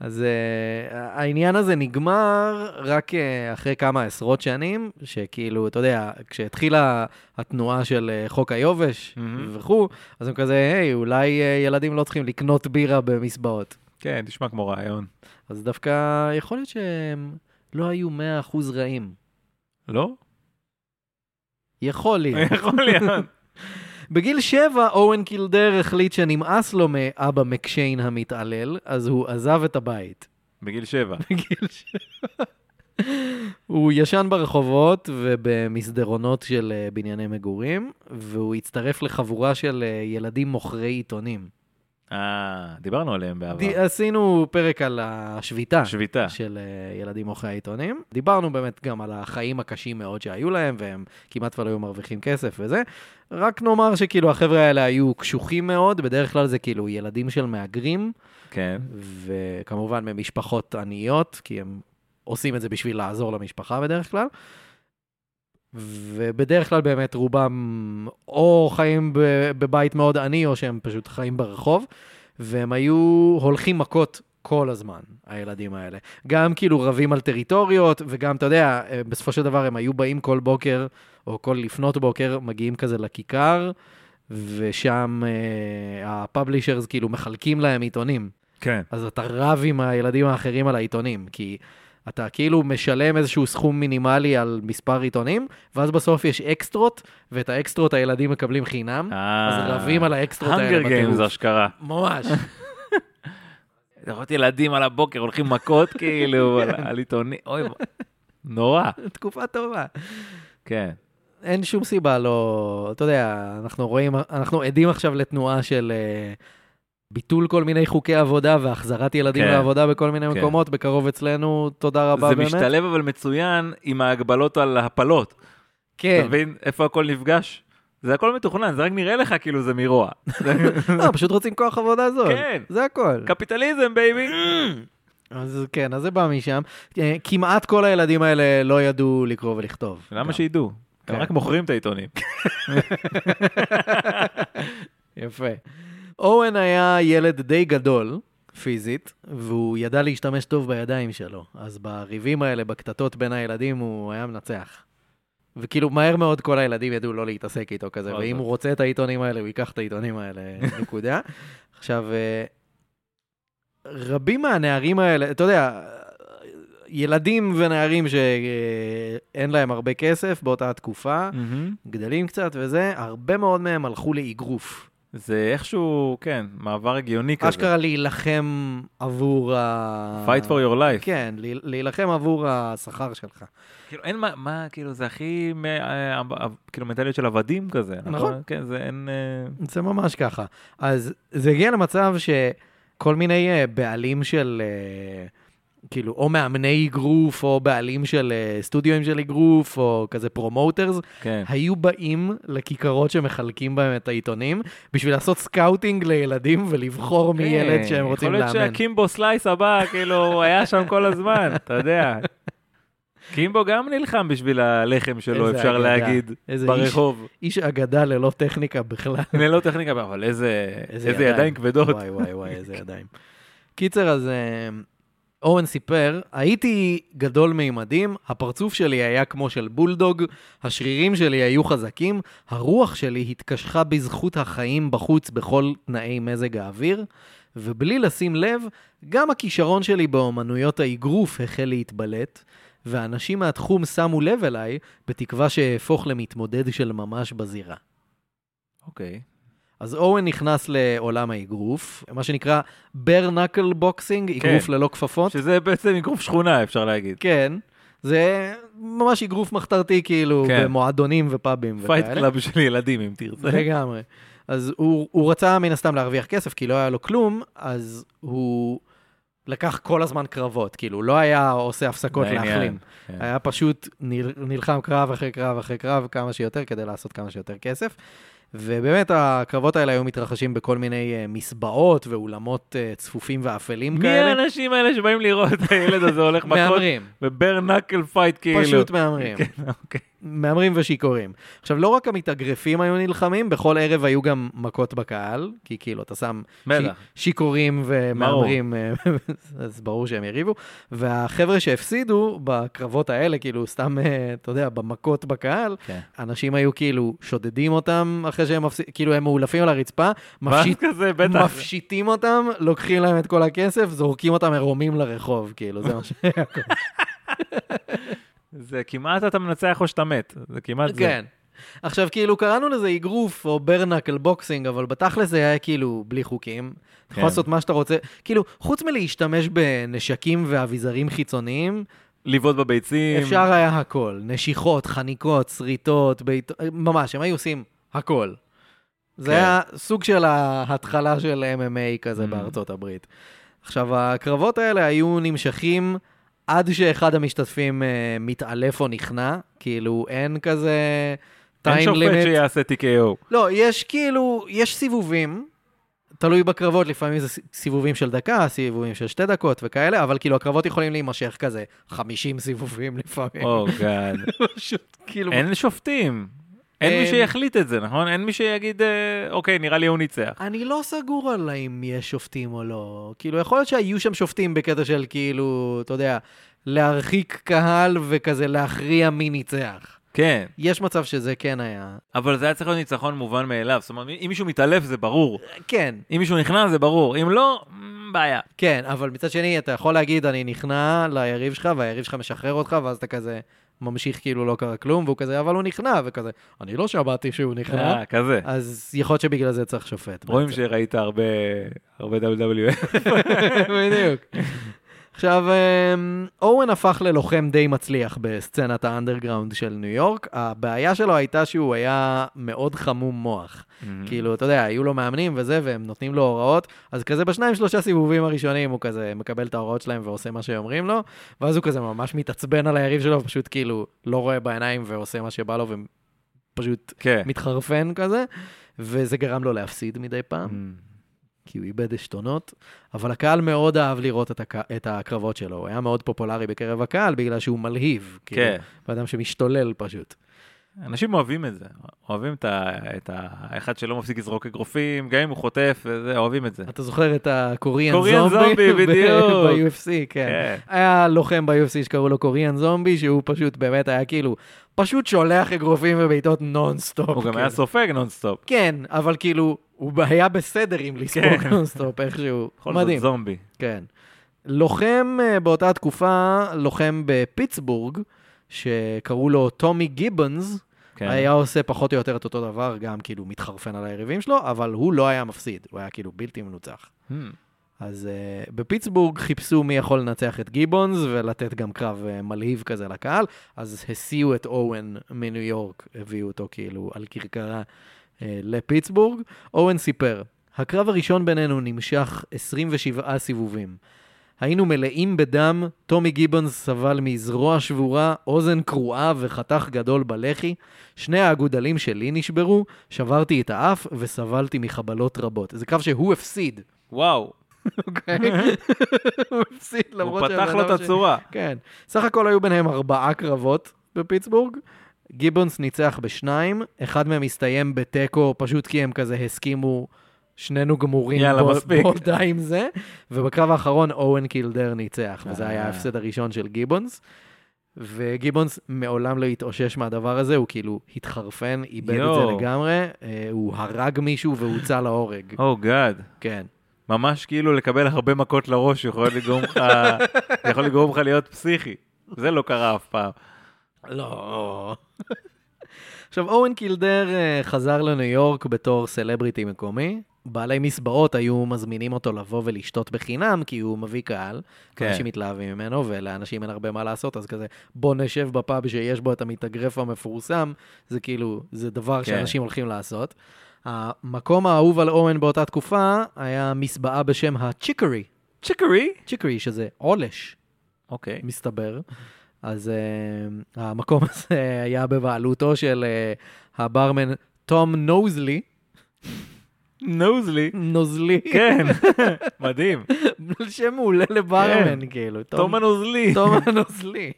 Speaker 1: אז uh, העניין הזה נגמר רק uh, אחרי כמה עשרות שנים, שכאילו, אתה יודע, כשהתחילה התנועה של uh, חוק היובש
Speaker 2: מהמם.
Speaker 1: וכו', אז הם כזה, היי, אולי uh, ילדים לא צריכים לקנות בירה במסבעות.
Speaker 2: כן, תשמע כמו רעיון.
Speaker 1: אז דווקא יכול להיות שהם לא היו 100% רעים.
Speaker 2: לא?
Speaker 1: יכול להיות.
Speaker 2: יכול להיות.
Speaker 1: בגיל שבע, אורן קילדר החליט שנמאס לו מאבא מקשיין המתעלל, אז הוא עזב את הבית.
Speaker 2: בגיל שבע.
Speaker 1: בגיל שבע. הוא ישן ברחובות ובמסדרונות של אה, בנייני מגורים, והוא הצטרף לחבורה של אה, ילדים מוכרי עיתונים.
Speaker 2: אה, דיברנו עליהם בעבר.
Speaker 1: די- עשינו פרק על השביתה
Speaker 2: שביתה.
Speaker 1: של אה, ילדים מוכרי העיתונים. דיברנו באמת גם על החיים הקשים מאוד שהיו להם, והם כמעט כבר לא היו מרוויחים כסף וזה. רק נאמר שכאילו החבר'ה האלה היו קשוחים מאוד, בדרך כלל זה כאילו ילדים של מהגרים.
Speaker 2: כן.
Speaker 1: וכמובן ממשפחות עניות, כי הם עושים את זה בשביל לעזור למשפחה בדרך כלל. ובדרך כלל באמת רובם או חיים ב- בבית מאוד עני, או שהם פשוט חיים ברחוב, והם היו הולכים מכות כל הזמן, הילדים האלה. גם כאילו רבים על טריטוריות, וגם, אתה יודע, בסופו של דבר הם היו באים כל בוקר, או כל לפנות בוקר, מגיעים כזה לכיכר, ושם אה, הפאבלישרס כאילו מחלקים להם עיתונים.
Speaker 2: כן.
Speaker 1: אז אתה רב עם הילדים האחרים על העיתונים, כי אתה כאילו משלם איזשהו סכום מינימלי על מספר עיתונים, ואז בסוף יש אקסטרות, ואת האקסטרות הילדים מקבלים חינם, אז רבים על האקסטרות האלה
Speaker 2: האנגר גיימס
Speaker 1: בטירוף.
Speaker 2: אה. אשכרה.
Speaker 1: ממש.
Speaker 2: לראות ילדים על הבוקר הולכים מכות כאילו, על- על עיתונים, אוי, נורא.
Speaker 1: תקופה טובה.
Speaker 2: כן.
Speaker 1: אין שום סיבה לא... אתה יודע, אנחנו רואים, אנחנו עדים עכשיו לתנועה של... אה, ביטול כל מיני חוקי עבודה והחזרת ילדים
Speaker 2: כן.
Speaker 1: לעבודה בכל מיני
Speaker 2: כן.
Speaker 1: מקומות, בקרוב אצלנו, תודה רבה
Speaker 2: זה
Speaker 1: באמת.
Speaker 2: משתלב אבל מצוין עם ההגבלות על הפלות. אתה
Speaker 1: כן.
Speaker 2: מבין איפה הכל נפגש? זה הכל מתוכנן, זה רק נראה לך כאילו זה מרוע.
Speaker 1: לא, פשוט רוצים כוח עבודה זול.
Speaker 2: כן.
Speaker 1: זה הכל.
Speaker 2: קפיטליזם בייבי.
Speaker 1: אז כן, אז זה בא משם. אה, כמעט כל הילדים האלה לא ידעו לקרוא ולכתוב.
Speaker 2: למה
Speaker 1: גם.
Speaker 2: שידעו? הם
Speaker 1: כן.
Speaker 2: רק מוכרים את העיתונים.
Speaker 1: יפה. אורן היה ילד די גדול, פיזית, והוא ידע להשתמש טוב בידיים שלו. אז בריבים האלה, בקטטות בין הילדים, הוא היה מנצח. וכאילו, מהר מאוד כל הילדים ידעו לא להתעסק איתו כזה,
Speaker 2: בכל
Speaker 1: ואם
Speaker 2: זאת.
Speaker 1: הוא רוצה את העיתונים האלה, הוא ייקח את העיתונים האלה, נקודה. עכשיו, אה, רבים מהנערים האלה, אתה יודע, ילדים ונערים שאין להם הרבה כסף באותה תקופה, גדלים קצת וזה, הרבה מאוד מהם הלכו לאגרוף.
Speaker 2: זה איכשהו, כן, מעבר הגיוני כזה.
Speaker 1: אשכרה להילחם עבור ה...
Speaker 2: Fight for your life.
Speaker 1: כן, להיל- להילחם עבור השכר שלך.
Speaker 2: כאילו אין מה, מה, כאילו זה הכי, מ- אה, אה, כאילו מנטליות של עבדים כזה.
Speaker 1: נכון.
Speaker 2: כן, זה אין... אה,
Speaker 1: זה ממש ככה. אז זה הגיע למצב שכל מיני אה, בעלים של אה, כאילו, או מאמני אגרוף, או בעלים של אה, סטודיואים של אגרוף, או כזה פרומוטרס,
Speaker 2: כן.
Speaker 1: היו באים לכיכרות שמחלקים בהם את העיתונים, בשביל לעשות סקאוטינג לילדים ולבחור מי ילד שהם רוצים
Speaker 2: כן, יכול להיות
Speaker 1: לאמן.
Speaker 2: שהקימבו סלייס הבא, כאילו, הוא היה שם כל הזמן, אתה יודע. קימבו גם נלחם בשביל הלחם שלו,
Speaker 1: איזה
Speaker 2: אפשר
Speaker 1: אגדה.
Speaker 2: להגיד,
Speaker 1: איזה
Speaker 2: ברחוב.
Speaker 1: איש אגדה ללא טכניקה בכלל.
Speaker 2: ללא לא טכניקה, אבל איזה איזה ידיים כבדות.
Speaker 1: וואי וואי וואי, איזה ידיים. קיצר, אז אה, אורן סיפר, הייתי גדול מימדים, הפרצוף שלי היה כמו של בולדוג, השרירים שלי היו חזקים, הרוח שלי התקשחה בזכות החיים בחוץ בכל תנאי מזג האוויר, ובלי לשים לב, גם הכישרון שלי באומנויות האגרוף החל להתבלט. ואנשים מהתחום שמו לב אליי, בתקווה שאהפוך למתמודד של ממש בזירה.
Speaker 2: אוקיי.
Speaker 1: אז אורן נכנס לעולם האגרוף, מה שנקרא בר נקל בוקסינג,
Speaker 2: כן.
Speaker 1: אגרוף ללא כפפות.
Speaker 2: שזה בעצם אגרוף שכונה, אפשר להגיד.
Speaker 1: כן, זה ממש אגרוף מחתרתי, כאילו,
Speaker 2: כן.
Speaker 1: במועדונים ופאבים
Speaker 2: פייט
Speaker 1: וכאלה.
Speaker 2: קלאב של ילדים, אם תרצה.
Speaker 1: לגמרי. אז הוא, הוא רצה מן הסתם להרוויח כסף, כי לא היה לו כלום, אז הוא לקח כל הזמן קרבות, כאילו, לא היה עושה הפסקות
Speaker 2: לעניין,
Speaker 1: להחלים.
Speaker 2: כן.
Speaker 1: היה פשוט נל- נלחם קרב אחרי קרב אחרי קרב כמה שיותר, כדי לעשות כמה שיותר כסף. ובאמת, הקרבות האלה היו מתרחשים בכל מיני אה, מסבעות ואולמות אה, צפופים ואפלים
Speaker 2: מי
Speaker 1: כאלה.
Speaker 2: האנשים האלה שבאים לראות את הילד הזה הולך מכות?
Speaker 1: מהמרים,
Speaker 2: ובר נקל פייט כאילו.
Speaker 1: פשוט מהמרים.
Speaker 2: כן, אוקיי.
Speaker 1: מהמרים ושיכורים. עכשיו, לא רק המתאגרפים היו נלחמים, בכל ערב היו גם מכות בקהל, כי כאילו, אתה שם
Speaker 2: בטח.
Speaker 1: ש- שיכורים ומהמרים, אה, אז ברור שהם יריבו. והחבר'ה שהפסידו בקרבות האלה, כאילו, סתם, אה, אתה יודע, במכות בקהל,
Speaker 2: כן.
Speaker 1: אנשים היו כאילו שודדים אותם אחרי שהם מפסידים, כאילו, הם מאולפים על הרצפה,
Speaker 2: ואז
Speaker 1: מפשיט...
Speaker 2: כזה, בטח.
Speaker 1: מפשיטים אותם, לוקחים להם את כל הכסף, זורקים אותם עירומים לרחוב, כאילו, זה מה ש...
Speaker 2: זה כמעט אתה מנצח או שאתה מת. זה כמעט זה.
Speaker 1: כן. עכשיו, כאילו, קראנו לזה אגרוף או ברנקל בוקסינג, אבל בתכל'ס זה היה כאילו בלי חוקים. אתה יכול
Speaker 2: כן.
Speaker 1: לעשות מה שאתה רוצה. כאילו, חוץ מלהשתמש בנשקים ואביזרים חיצוניים,
Speaker 2: לבעוט בביצים.
Speaker 1: אפשר היה הכל. נשיכות, חניקות, שריטות, בית... ממש, הם היו עושים הכל. זה
Speaker 2: כן.
Speaker 1: היה סוג של ההתחלה של MMA כזה
Speaker 2: Mm.
Speaker 1: בארצות הברית. עכשיו, הקרבות האלה היו נמשכים עד שאחד המשתתפים אה, מתעלף או נכנע, כאילו אין כזה
Speaker 2: אין
Speaker 1: time
Speaker 2: שופט
Speaker 1: limit.
Speaker 2: שיעשה TKO.
Speaker 1: לא, יש כאילו, יש סיבובים, תלוי בקרבות, לפעמים זה ס- סיבובים של דקה, סיבובים של שתי דקות וכאלה, אבל כאילו הקרבות יכולים להימשך כזה 50 סיבובים לפעמים.
Speaker 2: או גאד.
Speaker 1: פשוט כאילו...
Speaker 2: Oh, אין שופטים. אין מי
Speaker 1: אין.
Speaker 2: שיחליט את זה, נכון? אין מי שיגיד, אה, אוקיי, נראה לי הוא ניצח.
Speaker 1: אני לא סגור על האם יש שופטים או לא. כאילו, יכול להיות שהיו שם שופטים בקטע של כאילו, אתה יודע, להרחיק קהל וכזה להכריע מי ניצח.
Speaker 2: כן.
Speaker 1: יש מצב שזה כן היה.
Speaker 2: אבל זה היה צריך להיות ניצחון מובן מאליו. זאת אומרת, אם מישהו מתעלף זה ברור.
Speaker 1: כן,
Speaker 2: אם מישהו נכנע זה ברור. אם לא, מ, בעיה.
Speaker 1: כן, אבל מצד שני, אתה יכול להגיד, אני נכנע ליריב שלך, והיריב שלך משחרר אותך, ואז אתה כזה ממשיך כאילו לא קרה כלום, והוא כזה, אבל הוא נכנע, וכזה, אני לא שמעתי שהוא נכנע.
Speaker 2: אה, כזה.
Speaker 1: אז יכול להיות שבגלל זה צריך שופט.
Speaker 2: רואים
Speaker 1: בעצם.
Speaker 2: שראית הרבה הרבה WWF.
Speaker 1: בדיוק. עכשיו, אמ, אורן הפך ללוחם די מצליח בסצנת האנדרגראונד של ניו יורק. הבעיה שלו הייתה שהוא היה מאוד חמום מוח.
Speaker 2: Mm.
Speaker 1: כאילו, אתה יודע, היו לו מאמנים וזה, והם נותנים לו הוראות, אז כזה בשניים, שלושה סיבובים הראשונים הוא כזה מקבל את ההוראות שלהם ועושה מה שאומרים לו, ואז הוא כזה ממש מתעצבן על היריב שלו, ופשוט כאילו לא רואה בעיניים ועושה מה שבא לו ופשוט
Speaker 2: כן.
Speaker 1: מתחרפן כזה, וזה גרם לו להפסיד מדי
Speaker 2: Mm,
Speaker 1: פעם. כי הוא איבד עשתונות, אבל הקהל מאוד אהב לראות את, הק... את הקרבות שלו, הוא היה מאוד פופולרי בקרב הקהל בגלל שהוא מלהיב. כאילו,
Speaker 2: כן.
Speaker 1: אדם שמשתולל פשוט.
Speaker 2: אנשים אוהבים את זה. אוהבים את ה- את האחד שלא מפסיק לזרוק אגרופים, גם אם הוא חוטף, וזה, אוהבים את זה.
Speaker 1: אתה זוכר את הקוריאן
Speaker 2: קוריאן זומבי, כן. בדיוק.
Speaker 1: ב-UFC, כן.
Speaker 2: כן.
Speaker 1: היה לוחם ב-UFC שקראו לו קוריאן זומבי, שהוא פשוט באמת היה כאילו, פשוט שולח אגרופים ובעיטות נונסטופ.
Speaker 2: הוא גם
Speaker 1: כאילו.
Speaker 2: היה סופג נונסטופ.
Speaker 1: כן, אבל כאילו, הוא היה בסדר עם לספוג
Speaker 2: כן.
Speaker 1: נונסטופ איכשהו.
Speaker 2: בכל זאת
Speaker 1: מדהים.
Speaker 2: זומבי.
Speaker 1: כן. לוחם אה, באותה תקופה, לוחם בפיטסבורג, שקראו לו טומי גיבונס,
Speaker 2: כן.
Speaker 1: היה עושה פחות או יותר את אותו דבר, גם כאילו מתחרפן על היריבים שלו, אבל הוא לא היה מפסיד, הוא היה כאילו בלתי מנוצח.
Speaker 2: Hmm.
Speaker 1: אז uh, בפיטסבורג חיפשו מי יכול לנצח את גיבונס ולתת גם קרב uh, מלהיב כזה לקהל, אז הסיעו את אוהן מניו יורק, הביאו אותו כאילו על כרכרה uh, לפיטסבורג. אוהן סיפר, הקרב הראשון בינינו נמשך 27 סיבובים. היינו מלאים בדם, טומי גיבונס סבל מזרוע שבורה, אוזן קרועה וחתך גדול בלחי. שני האגודלים שלי נשברו, שברתי את האף וסבלתי מחבלות רבות. זה קרב שהוא הפסיד,
Speaker 2: וואו,
Speaker 1: אוקיי? הוא הפסיד
Speaker 2: הוא
Speaker 1: למרות
Speaker 2: פתח
Speaker 1: שהבן
Speaker 2: לו את
Speaker 1: אדם ש-
Speaker 2: הצורה.
Speaker 1: כן. סך הכל היו ביניהם ארבעה קרבות בפיטסבורג. גיבונס ניצח בשניים, אחד מהם הסתיים בתיקו פשוט כי הם כזה הסכימו, שנינו גמורים,
Speaker 2: יאללה,
Speaker 1: בוא,
Speaker 2: מספיק.
Speaker 1: בוא די עם זה. ובקרב האחרון אוהן קילדר ניצח, וזה היה
Speaker 2: אה.
Speaker 1: ההפסד הראשון של גיבונס. וגיבונס מעולם לא התאושש מהדבר הזה, הוא כאילו התחרפן, איבד את זה
Speaker 2: יואו.
Speaker 1: לגמרי, אה, הוא הרג מישהו והוצא להורג.
Speaker 2: או גאד.
Speaker 1: כן.
Speaker 2: ממש כאילו לקבל הרבה מכות לראש יכול לגרום לך, יכול לגרום לך להיות פסיכי. זה לא קרה אף פעם.
Speaker 1: לא. עכשיו, אורן קילדר אה, חזר לניו יורק בתור סלבריטי מקומי. בעלי מסבעות היו מזמינים אותו לבוא ולשתות בחינם, כי הוא מביא קהל.
Speaker 2: כן.
Speaker 1: כן. אנשים מתלהבים ממנו, ולאנשים אין הרבה מה לעשות, אז כזה, בוא נשב בפאב שיש בו את המתאגרף המפורסם, זה כאילו, זה דבר
Speaker 2: כן.
Speaker 1: שאנשים הולכים לעשות. המקום האהוב על אורן באותה תקופה היה מסבעה בשם הצ'יקרי.
Speaker 2: צ'יקרי?
Speaker 1: צ'יקרי, שזה עולש.
Speaker 2: אוקיי.
Speaker 1: מסתבר. אז uh, המקום הזה היה בבעלותו של uh, הברמן תום נוזלי.
Speaker 2: נוזלי.
Speaker 1: נוזלי.
Speaker 2: כן, מדהים.
Speaker 1: שם מעולה לברמן,
Speaker 2: כן.
Speaker 1: כאילו.
Speaker 2: תום הנוזלי.
Speaker 1: תום הנוזלי.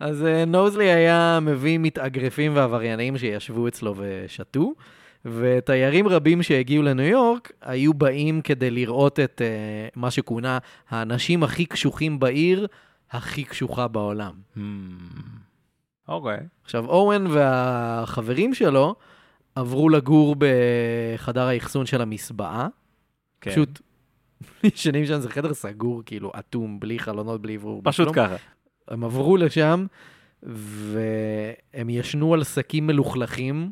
Speaker 1: אז אה, נוזלי היה מביא מתאגרפים ועבריינים שישבו אצלו ושתו, ותיירים רבים שהגיעו לניו יורק היו באים כדי לראות את אה, מה שכונה האנשים הכי קשוחים בעיר, הכי קשוחה בעולם.
Speaker 2: Hmm. אוקיי.
Speaker 1: עכשיו, אורן והחברים שלו עברו לגור בחדר האחסון של המסבעה.
Speaker 2: כן.
Speaker 1: פשוט ישנים שם, זה חדר סגור, כאילו, אטום, בלי חלונות, בלי אוורור. בלי
Speaker 2: פשוט
Speaker 1: כלום.
Speaker 2: ככה.
Speaker 1: הם עברו לשם, והם ישנו על שקים מלוכלכים.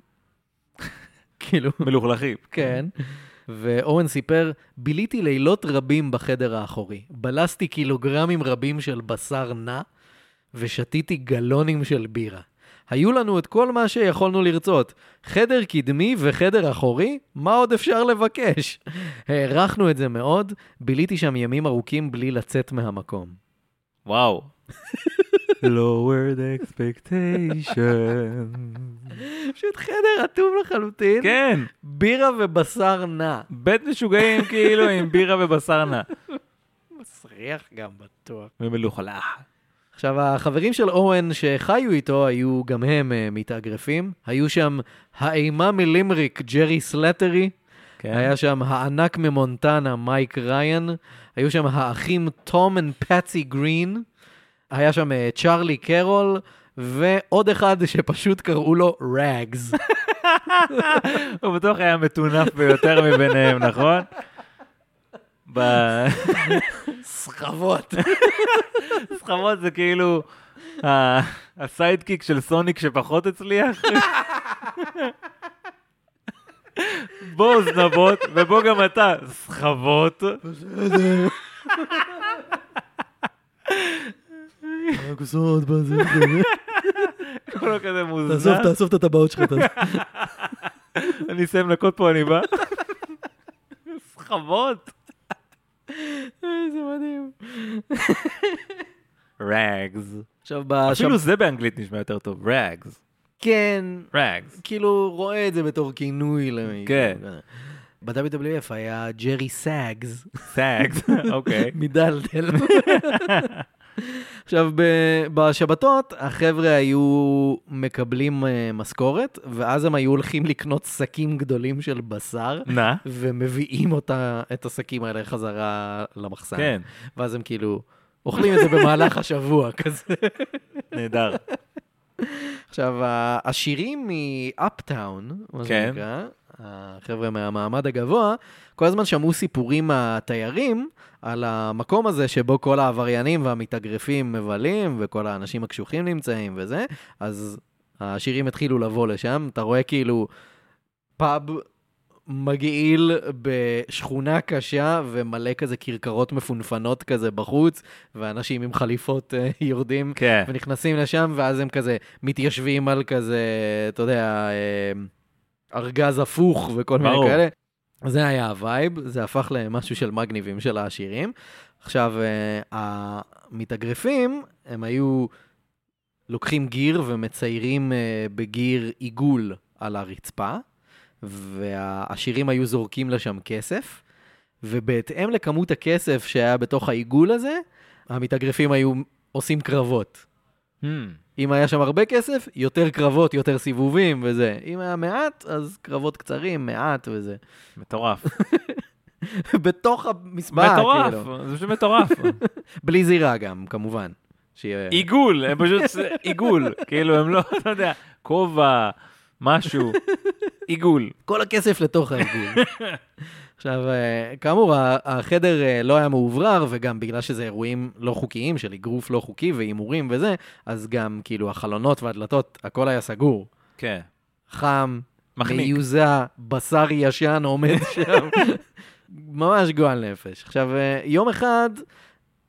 Speaker 1: כאילו,
Speaker 2: מלוכלכים.
Speaker 1: כן. ואורן סיפר, ביליתי לילות רבים בחדר האחורי. בלסתי קילוגרמים רבים של בשר נע, ושתיתי גלונים של בירה. היו לנו את כל מה שיכולנו לרצות. חדר קדמי וחדר אחורי, מה עוד אפשר לבקש? הערכנו את זה מאוד, ביליתי שם ימים ארוכים בלי לצאת מהמקום.
Speaker 2: וואו. lowered expectation.
Speaker 1: פשוט חדר אטום לחלוטין,
Speaker 2: כן,
Speaker 1: בירה ובשר נע.
Speaker 2: בית משוגעים כאילו עם בירה ובשר נע.
Speaker 1: מסריח גם בטוח.
Speaker 2: ומלוכלך.
Speaker 1: עכשיו, החברים של אורן שחיו איתו היו גם הם אה, מתאגרפים. היו שם האימה מלימריק, ג'רי סלטרי.
Speaker 2: כן.
Speaker 1: היה שם הענק ממונטנה, מייק ריין. היו שם האחים תום ופאצי גרין. היה שם אה, צ'ארלי קרול. ועוד אחד שפשוט קראו לו רגס.
Speaker 2: הוא בטוח היה המטונף ביותר מביניהם, נכון? בסחבות
Speaker 1: סחבות.
Speaker 2: זה כאילו ה- הסיידקיק של סוניק שפחות הצליח. בוא זנבות, ובוא גם אתה, סחבות.
Speaker 1: הכוסות,
Speaker 2: כולו כזה מוזנח.
Speaker 1: תאסוף את הטבעות שלך.
Speaker 2: אני אסיים לקוד פה, אני בא. סחבות.
Speaker 1: איזה מדהים.
Speaker 2: רגס.
Speaker 1: עכשיו, בשב...
Speaker 2: אפילו זה באנגלית נשמע יותר טוב, רגס.
Speaker 1: כן,
Speaker 2: רגס.
Speaker 1: כאילו רואה את זה בתור כינוי למישהו.
Speaker 2: כן.
Speaker 1: ב-WWF היה ג'רי סאגס
Speaker 2: סאגס, אוקיי.
Speaker 1: מדלדל. עכשיו, ב- בשבתות החבר'ה היו מקבלים אה, משכורת, ואז הם היו הולכים לקנות שקים גדולים של בשר,
Speaker 2: נא.
Speaker 1: ומביאים אותה, את השקים האלה חזרה למחסן.
Speaker 2: כן,
Speaker 1: ואז הם כאילו אוכלים את זה במהלך השבוע כזה.
Speaker 2: נהדר.
Speaker 1: עכשיו, העשירים מאפטאון, מה
Speaker 2: כן.
Speaker 1: זה נקרא, החבר'ה מהמעמד הגבוה, כל הזמן שמעו סיפורים מהתיירים על המקום הזה שבו כל העבריינים והמתאגרפים מבלים, וכל האנשים הקשוחים נמצאים וזה, אז העשירים התחילו לבוא לשם, אתה רואה כאילו פאב מגעיל בשכונה קשה ומלא כזה כרכרות מפונפנות כזה בחוץ, ואנשים עם חליפות אה, יורדים
Speaker 2: כן.
Speaker 1: ונכנסים לשם, ואז הם כזה מתיישבים על כזה, אתה יודע, אה, אמ, ארגז הפוך וכל מיני
Speaker 2: ברור.
Speaker 1: כאלה. זה היה הווייב, זה הפך למשהו של מגניבים של העשירים. עכשיו, אה, המתאגרפים, הם היו לוקחים גיר ומציירים אה, בגיר עיגול על הרצפה, והעשירים היו זורקים לשם כסף, ובהתאם לכמות הכסף שהיה בתוך העיגול הזה, המתאגרפים היו עושים קרבות.
Speaker 2: Hmm.
Speaker 1: אם היה שם הרבה כסף, יותר קרבות, יותר סיבובים וזה. אם היה מעט, אז קרבות קצרים, מעט וזה.
Speaker 2: מטורף.
Speaker 1: בתוך המספר,
Speaker 2: מטורף,
Speaker 1: כאילו.
Speaker 2: זה פשוט מטורף.
Speaker 1: בלי זירה גם, כמובן. שיהיה...
Speaker 2: עיגול, הם פשוט עיגול. כאילו, הם לא, אתה יודע, כובע, משהו, עיגול.
Speaker 1: כל הכסף לתוך הארגון. עכשיו, אה, כאמור, ה- החדר אה, לא היה מאוברר, וגם בגלל שזה אירועים לא חוקיים, של אגרוף לא חוקי והימורים וזה, אז גם כאילו החלונות והדלתות, הכל היה סגור.
Speaker 2: כן,
Speaker 1: חם,
Speaker 2: מחניק.
Speaker 1: מיוזע, בשר ישן עומד שם. ממש גועל נפש. עכשיו, אה, יום אחד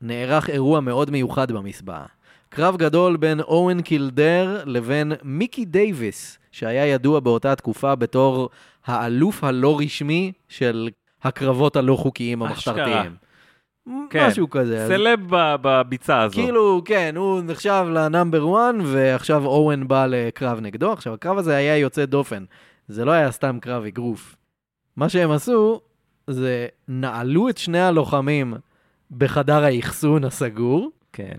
Speaker 1: נערך אירוע מאוד מיוחד במסבעה. קרב גדול בין אוהן קילדר לבין מיקי דייוויס, שהיה ידוע באותה תקופה בתור האלוף הלא רשמי של הקרבות הלא חוקיים
Speaker 2: אשכרה.
Speaker 1: המחתרתיים.
Speaker 2: כן.
Speaker 1: משהו כזה. אז
Speaker 2: סלב ב- בביצה הזאת.
Speaker 1: כאילו, כן, הוא נחשב לנאמבר 1, ועכשיו אורן בא לקרב נגדו. עכשיו, הקרב הזה היה יוצא דופן. זה לא היה סתם קרב אגרוף. מה שהם עשו, זה נעלו את שני הלוחמים בחדר האחסון הסגור.
Speaker 2: כן.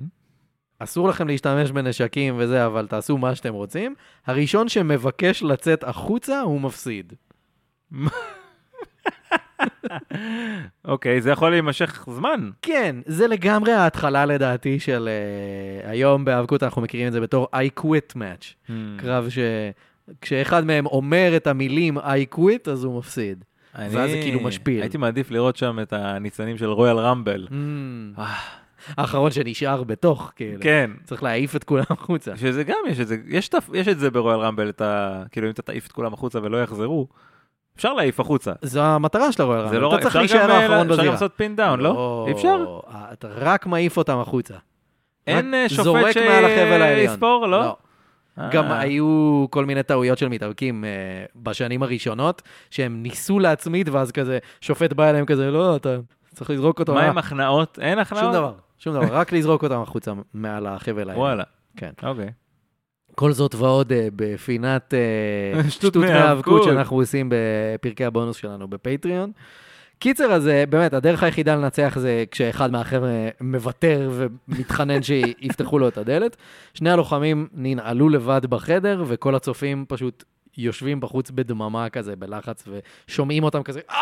Speaker 1: אסור לכם להשתמש בנשקים וזה, אבל תעשו מה שאתם רוצים. הראשון שמבקש לצאת החוצה, הוא מפסיד.
Speaker 2: אוקיי, זה יכול להימשך זמן.
Speaker 1: כן, זה לגמרי ההתחלה לדעתי של uh, היום באבקות, אנחנו מכירים את זה בתור I quit match.
Speaker 2: Hmm.
Speaker 1: קרב ש... כשאחד מהם אומר את המילים I quit, אז הוא מפסיד.
Speaker 2: אני-
Speaker 1: ואז זה כאילו משפיל.
Speaker 2: הייתי מעדיף לראות שם את הניצנים של רויאל רמבל. אה,
Speaker 1: האחרון שנשאר בתוך, כאילו.
Speaker 2: כן,
Speaker 1: צריך להעיף את כולם החוצה.
Speaker 2: שזה גם יש את זה, יש, את ה- יש את זה ברויאל רמבל, את ה... כאילו אם אתה תעיף את כולם החוצה ולא יחזרו, אפשר להעיף החוצה.
Speaker 1: זו המטרה של הרויאל
Speaker 2: זה
Speaker 1: רמבל,
Speaker 2: לא,
Speaker 1: אתה צריך
Speaker 2: אפשר
Speaker 1: להישאר
Speaker 2: גם, אה,
Speaker 1: האחרון
Speaker 2: אפשר גם
Speaker 1: בזירה.
Speaker 2: לעשות פין דאון, לא? אי אפשר?
Speaker 1: אה, אתה רק מעיף אותם החוצה.
Speaker 2: אין אה,
Speaker 1: זורק
Speaker 2: שופט
Speaker 1: מעל החבל העליון.
Speaker 2: שיספור, לא? אה,
Speaker 1: גם היו כל מיני טעויות של מתאבקים אה, בשנים הראשונות, שהם ניסו להצמיד, ואז כזה, שופט בא אליהם כזה, לא, אתה צריך לזרוק אותו.
Speaker 2: מה
Speaker 1: אה,
Speaker 2: עם הכנעות? אין הכנעות?
Speaker 1: שום דבר, שום דבר, רק לזרוק אותם החוצה מעל החבל העליון.
Speaker 2: וואלה.
Speaker 1: כן.
Speaker 2: אוקיי.
Speaker 1: כל זאת ועוד אה, בפינת אה,
Speaker 2: שטות
Speaker 1: שטות מהאבקות
Speaker 2: מהאבקות.
Speaker 1: שאנחנו עושים בפרקי הבונוס שלנו בפטריון. קיצר, אז אה, באמת, הדרך היחידה לנצח זה כשאחד מהחבר'ה מוותר ומתחנן שיפתחו לו את הדלת. שני הלוחמים ננעלו לבד בחדר, וכל הצופים פשוט יושבים בחוץ בדממה כזה, בלחץ, ושומעים אותם כזה, אה,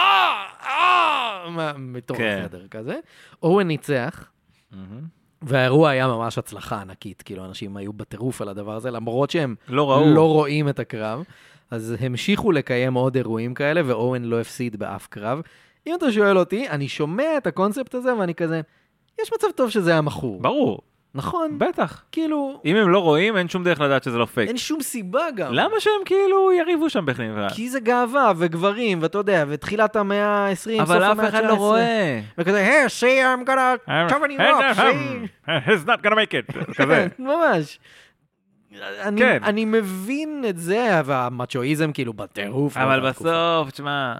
Speaker 1: אה, מה- מתוך
Speaker 2: כן.
Speaker 1: החדר כזה. אורן ניצח,
Speaker 2: מהמם.
Speaker 1: והאירוע היה ממש הצלחה ענקית, כאילו, אנשים היו בטירוף על הדבר הזה, למרות שהם
Speaker 2: לא ראו.
Speaker 1: לא רואים את הקרב. אז המשיכו לקיים עוד אירועים כאלה, ואורן לא הפסיד באף קרב. אם אתה שואל אותי, אני שומע את הקונספט הזה, ואני כזה, יש מצב טוב שזה היה מכור.
Speaker 2: ברור,
Speaker 1: נכון?
Speaker 2: בטח.
Speaker 1: כאילו,
Speaker 2: אם הם לא רואים, אין שום דרך לדעת שזה לא פייק.
Speaker 1: אין שום סיבה גם.
Speaker 2: למה שהם כאילו יריבו שם בכלל?
Speaker 1: כי זה גאווה וגברים, ואתה יודע, ותחילת המאה ה-20, סוף
Speaker 2: אבל
Speaker 1: המאה ה-19.
Speaker 2: אף אחד לא רואה.
Speaker 1: וכזה, היי, שי, I'm gonna
Speaker 2: אה,
Speaker 1: chop it up, see?"
Speaker 2: He's אה, not gonna make it. כזה.
Speaker 1: כן, ממש. אני,
Speaker 2: כן.
Speaker 1: אני מבין את זה, והמצ'ואיזם כאילו בטירוף.
Speaker 2: אבל
Speaker 1: באותה תקופה.
Speaker 2: בסוף, תשמע,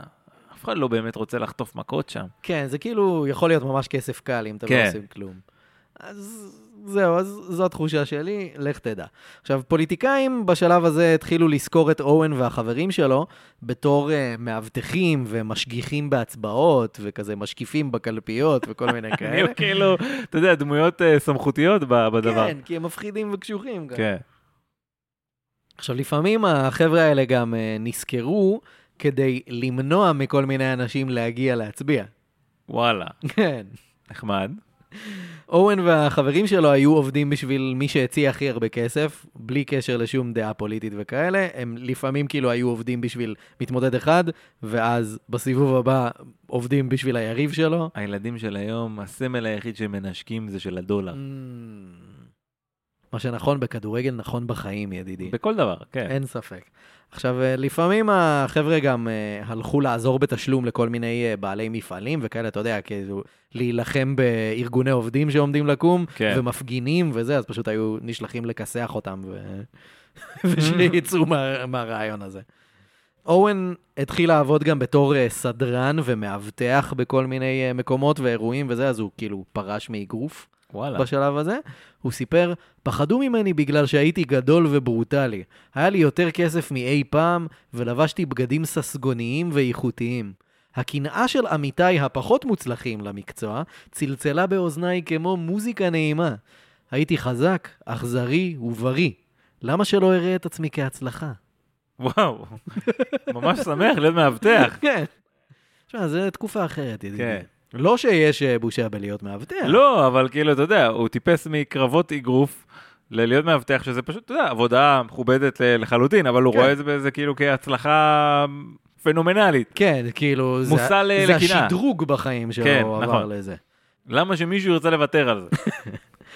Speaker 2: אף אחד לא באמת רוצה לחטוף מכות שם.
Speaker 1: כן, זה כאילו יכול להיות ממש כסף קל אם אתם
Speaker 2: כן.
Speaker 1: לא עושים כלום. אז זהו, אז זו התחושה שלי, לך תדע. עכשיו, פוליטיקאים בשלב הזה התחילו לסקור את אוהן והחברים שלו בתור uh, מאבטחים ומשגיחים בהצבעות, וכזה משקיפים בקלפיות וכל מיני
Speaker 2: נהיו
Speaker 1: כאלה.
Speaker 2: כאילו, אתה יודע, דמויות אה, סמכותיות ב- בדבר.
Speaker 1: כן, כי הם מפחידים וקשוחים גם.
Speaker 2: כן.
Speaker 1: עכשיו, לפעמים החבר'ה האלה גם אה, נסקרו כדי למנוע מכל מיני אנשים להגיע להצביע.
Speaker 2: וואלה,
Speaker 1: כן.
Speaker 2: נחמד.
Speaker 1: אורן והחברים שלו היו עובדים בשביל מי שהציע הכי הרבה כסף, בלי קשר לשום דעה פוליטית וכאלה. הם לפעמים כאילו היו עובדים בשביל מתמודד אחד, ואז בסיבוב הבא עובדים בשביל היריב שלו.
Speaker 2: הילדים של היום, הסמל היחיד שהם מנשקים זה של הדולר.
Speaker 1: Mm. מה שנכון בכדורגל נכון בחיים, ידידי.
Speaker 2: בכל דבר, כן.
Speaker 1: אין ספק. עכשיו, אה, לפעמים החבר'ה גם אה, הלכו לעזור בתשלום לכל מיני אה, בעלי מפעלים וכאלה, אתה יודע, כאילו להילחם בארגוני עובדים שעומדים לקום,
Speaker 2: כן.
Speaker 1: ומפגינים וזה, אז פשוט היו נשלחים לכסח אותם, ו... ושייצאו מה... מהרעיון הזה. אוהן התחיל לעבוד גם בתור אה, סדרן ומאבטח בכל מיני אה, מקומות ואירועים וזה, אז הוא כאילו פרש מאגרוף.
Speaker 2: וואלה.
Speaker 1: בשלב הזה. הוא סיפר, פחדו ממני בגלל שהייתי גדול וברוטלי. היה לי יותר כסף מאי פעם, ולבשתי בגדים ססגוניים ואיכותיים. הקנאה של עמיתיי הפחות מוצלחים למקצוע צלצלה באוזניי כמו מוזיקה נעימה. הייתי חזק, אכזרי ובריא. למה שלא אראה את עצמי כהצלחה?
Speaker 2: וואו. ממש שמח להיות מאבטח.
Speaker 1: כן. תשמע, זו תקופה אחרת, ידידי.
Speaker 2: כן.
Speaker 1: לא שיש אה, בושה בלהיות מאבטח.
Speaker 2: לא, אבל כאילו, אתה יודע, הוא טיפס מקרבות אגרוף ללהיות מאבטח, שזה פשוט, אתה יודע, עבודה מכובדת ל- לחלוטין, אבל הוא
Speaker 1: כן.
Speaker 2: רואה את זה באיזה כאילו כהצלחה פנומנלית.
Speaker 1: כן, כאילו, זה,
Speaker 2: מושא ל-
Speaker 1: זה
Speaker 2: לקנאה.
Speaker 1: השדרוג בחיים שלו,
Speaker 2: כן,
Speaker 1: הוא עבר
Speaker 2: נכון.
Speaker 1: לזה.
Speaker 2: למה שמישהו ירצה לוותר על זה?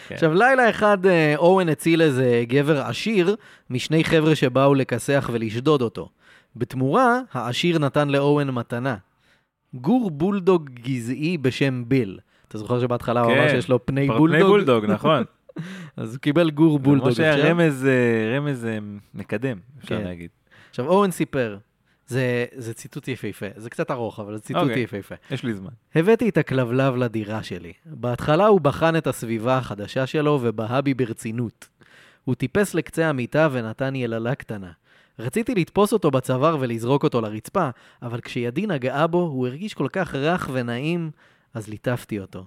Speaker 2: כן.
Speaker 1: עכשיו, לילה אחד אה, אורן הציל איזה גבר עשיר משני חבר'ה שבאו לכסח ולשדוד אותו. בתמורה, העשיר נתן לאורן מתנה. גור בולדוג גזעי בשם ביל. אתה זוכר שבהתחלה הוא אמר
Speaker 2: כן,
Speaker 1: שיש לו פני בולדוג?
Speaker 2: פרטני בולדוג, נכון.
Speaker 1: אז הוא קיבל גור בולדוג
Speaker 2: למרות שהיה
Speaker 1: עכשיו.
Speaker 2: רמז, אה, רמז אה, מקדם, אפשר
Speaker 1: כן.
Speaker 2: להגיד.
Speaker 1: עכשיו, אורן סיפר, זה, זה ציטוט יפהפה, זה קצת ארוך, אבל זה ציטוט
Speaker 2: אוקיי.
Speaker 1: יפהפה.
Speaker 2: יש לי זמן.
Speaker 1: הבאתי את הכלבלב לדירה שלי. בהתחלה הוא בחן את הסביבה החדשה שלו ובהה בי ברצינות. הוא טיפס לקצה המיטה ונתן יללה קטנה. רציתי לתפוס אותו בצוואר ולזרוק אותו לרצפה, אבל כשידי נגעה בו, הוא הרגיש כל כך רך ונעים, אז ליטפתי אותו.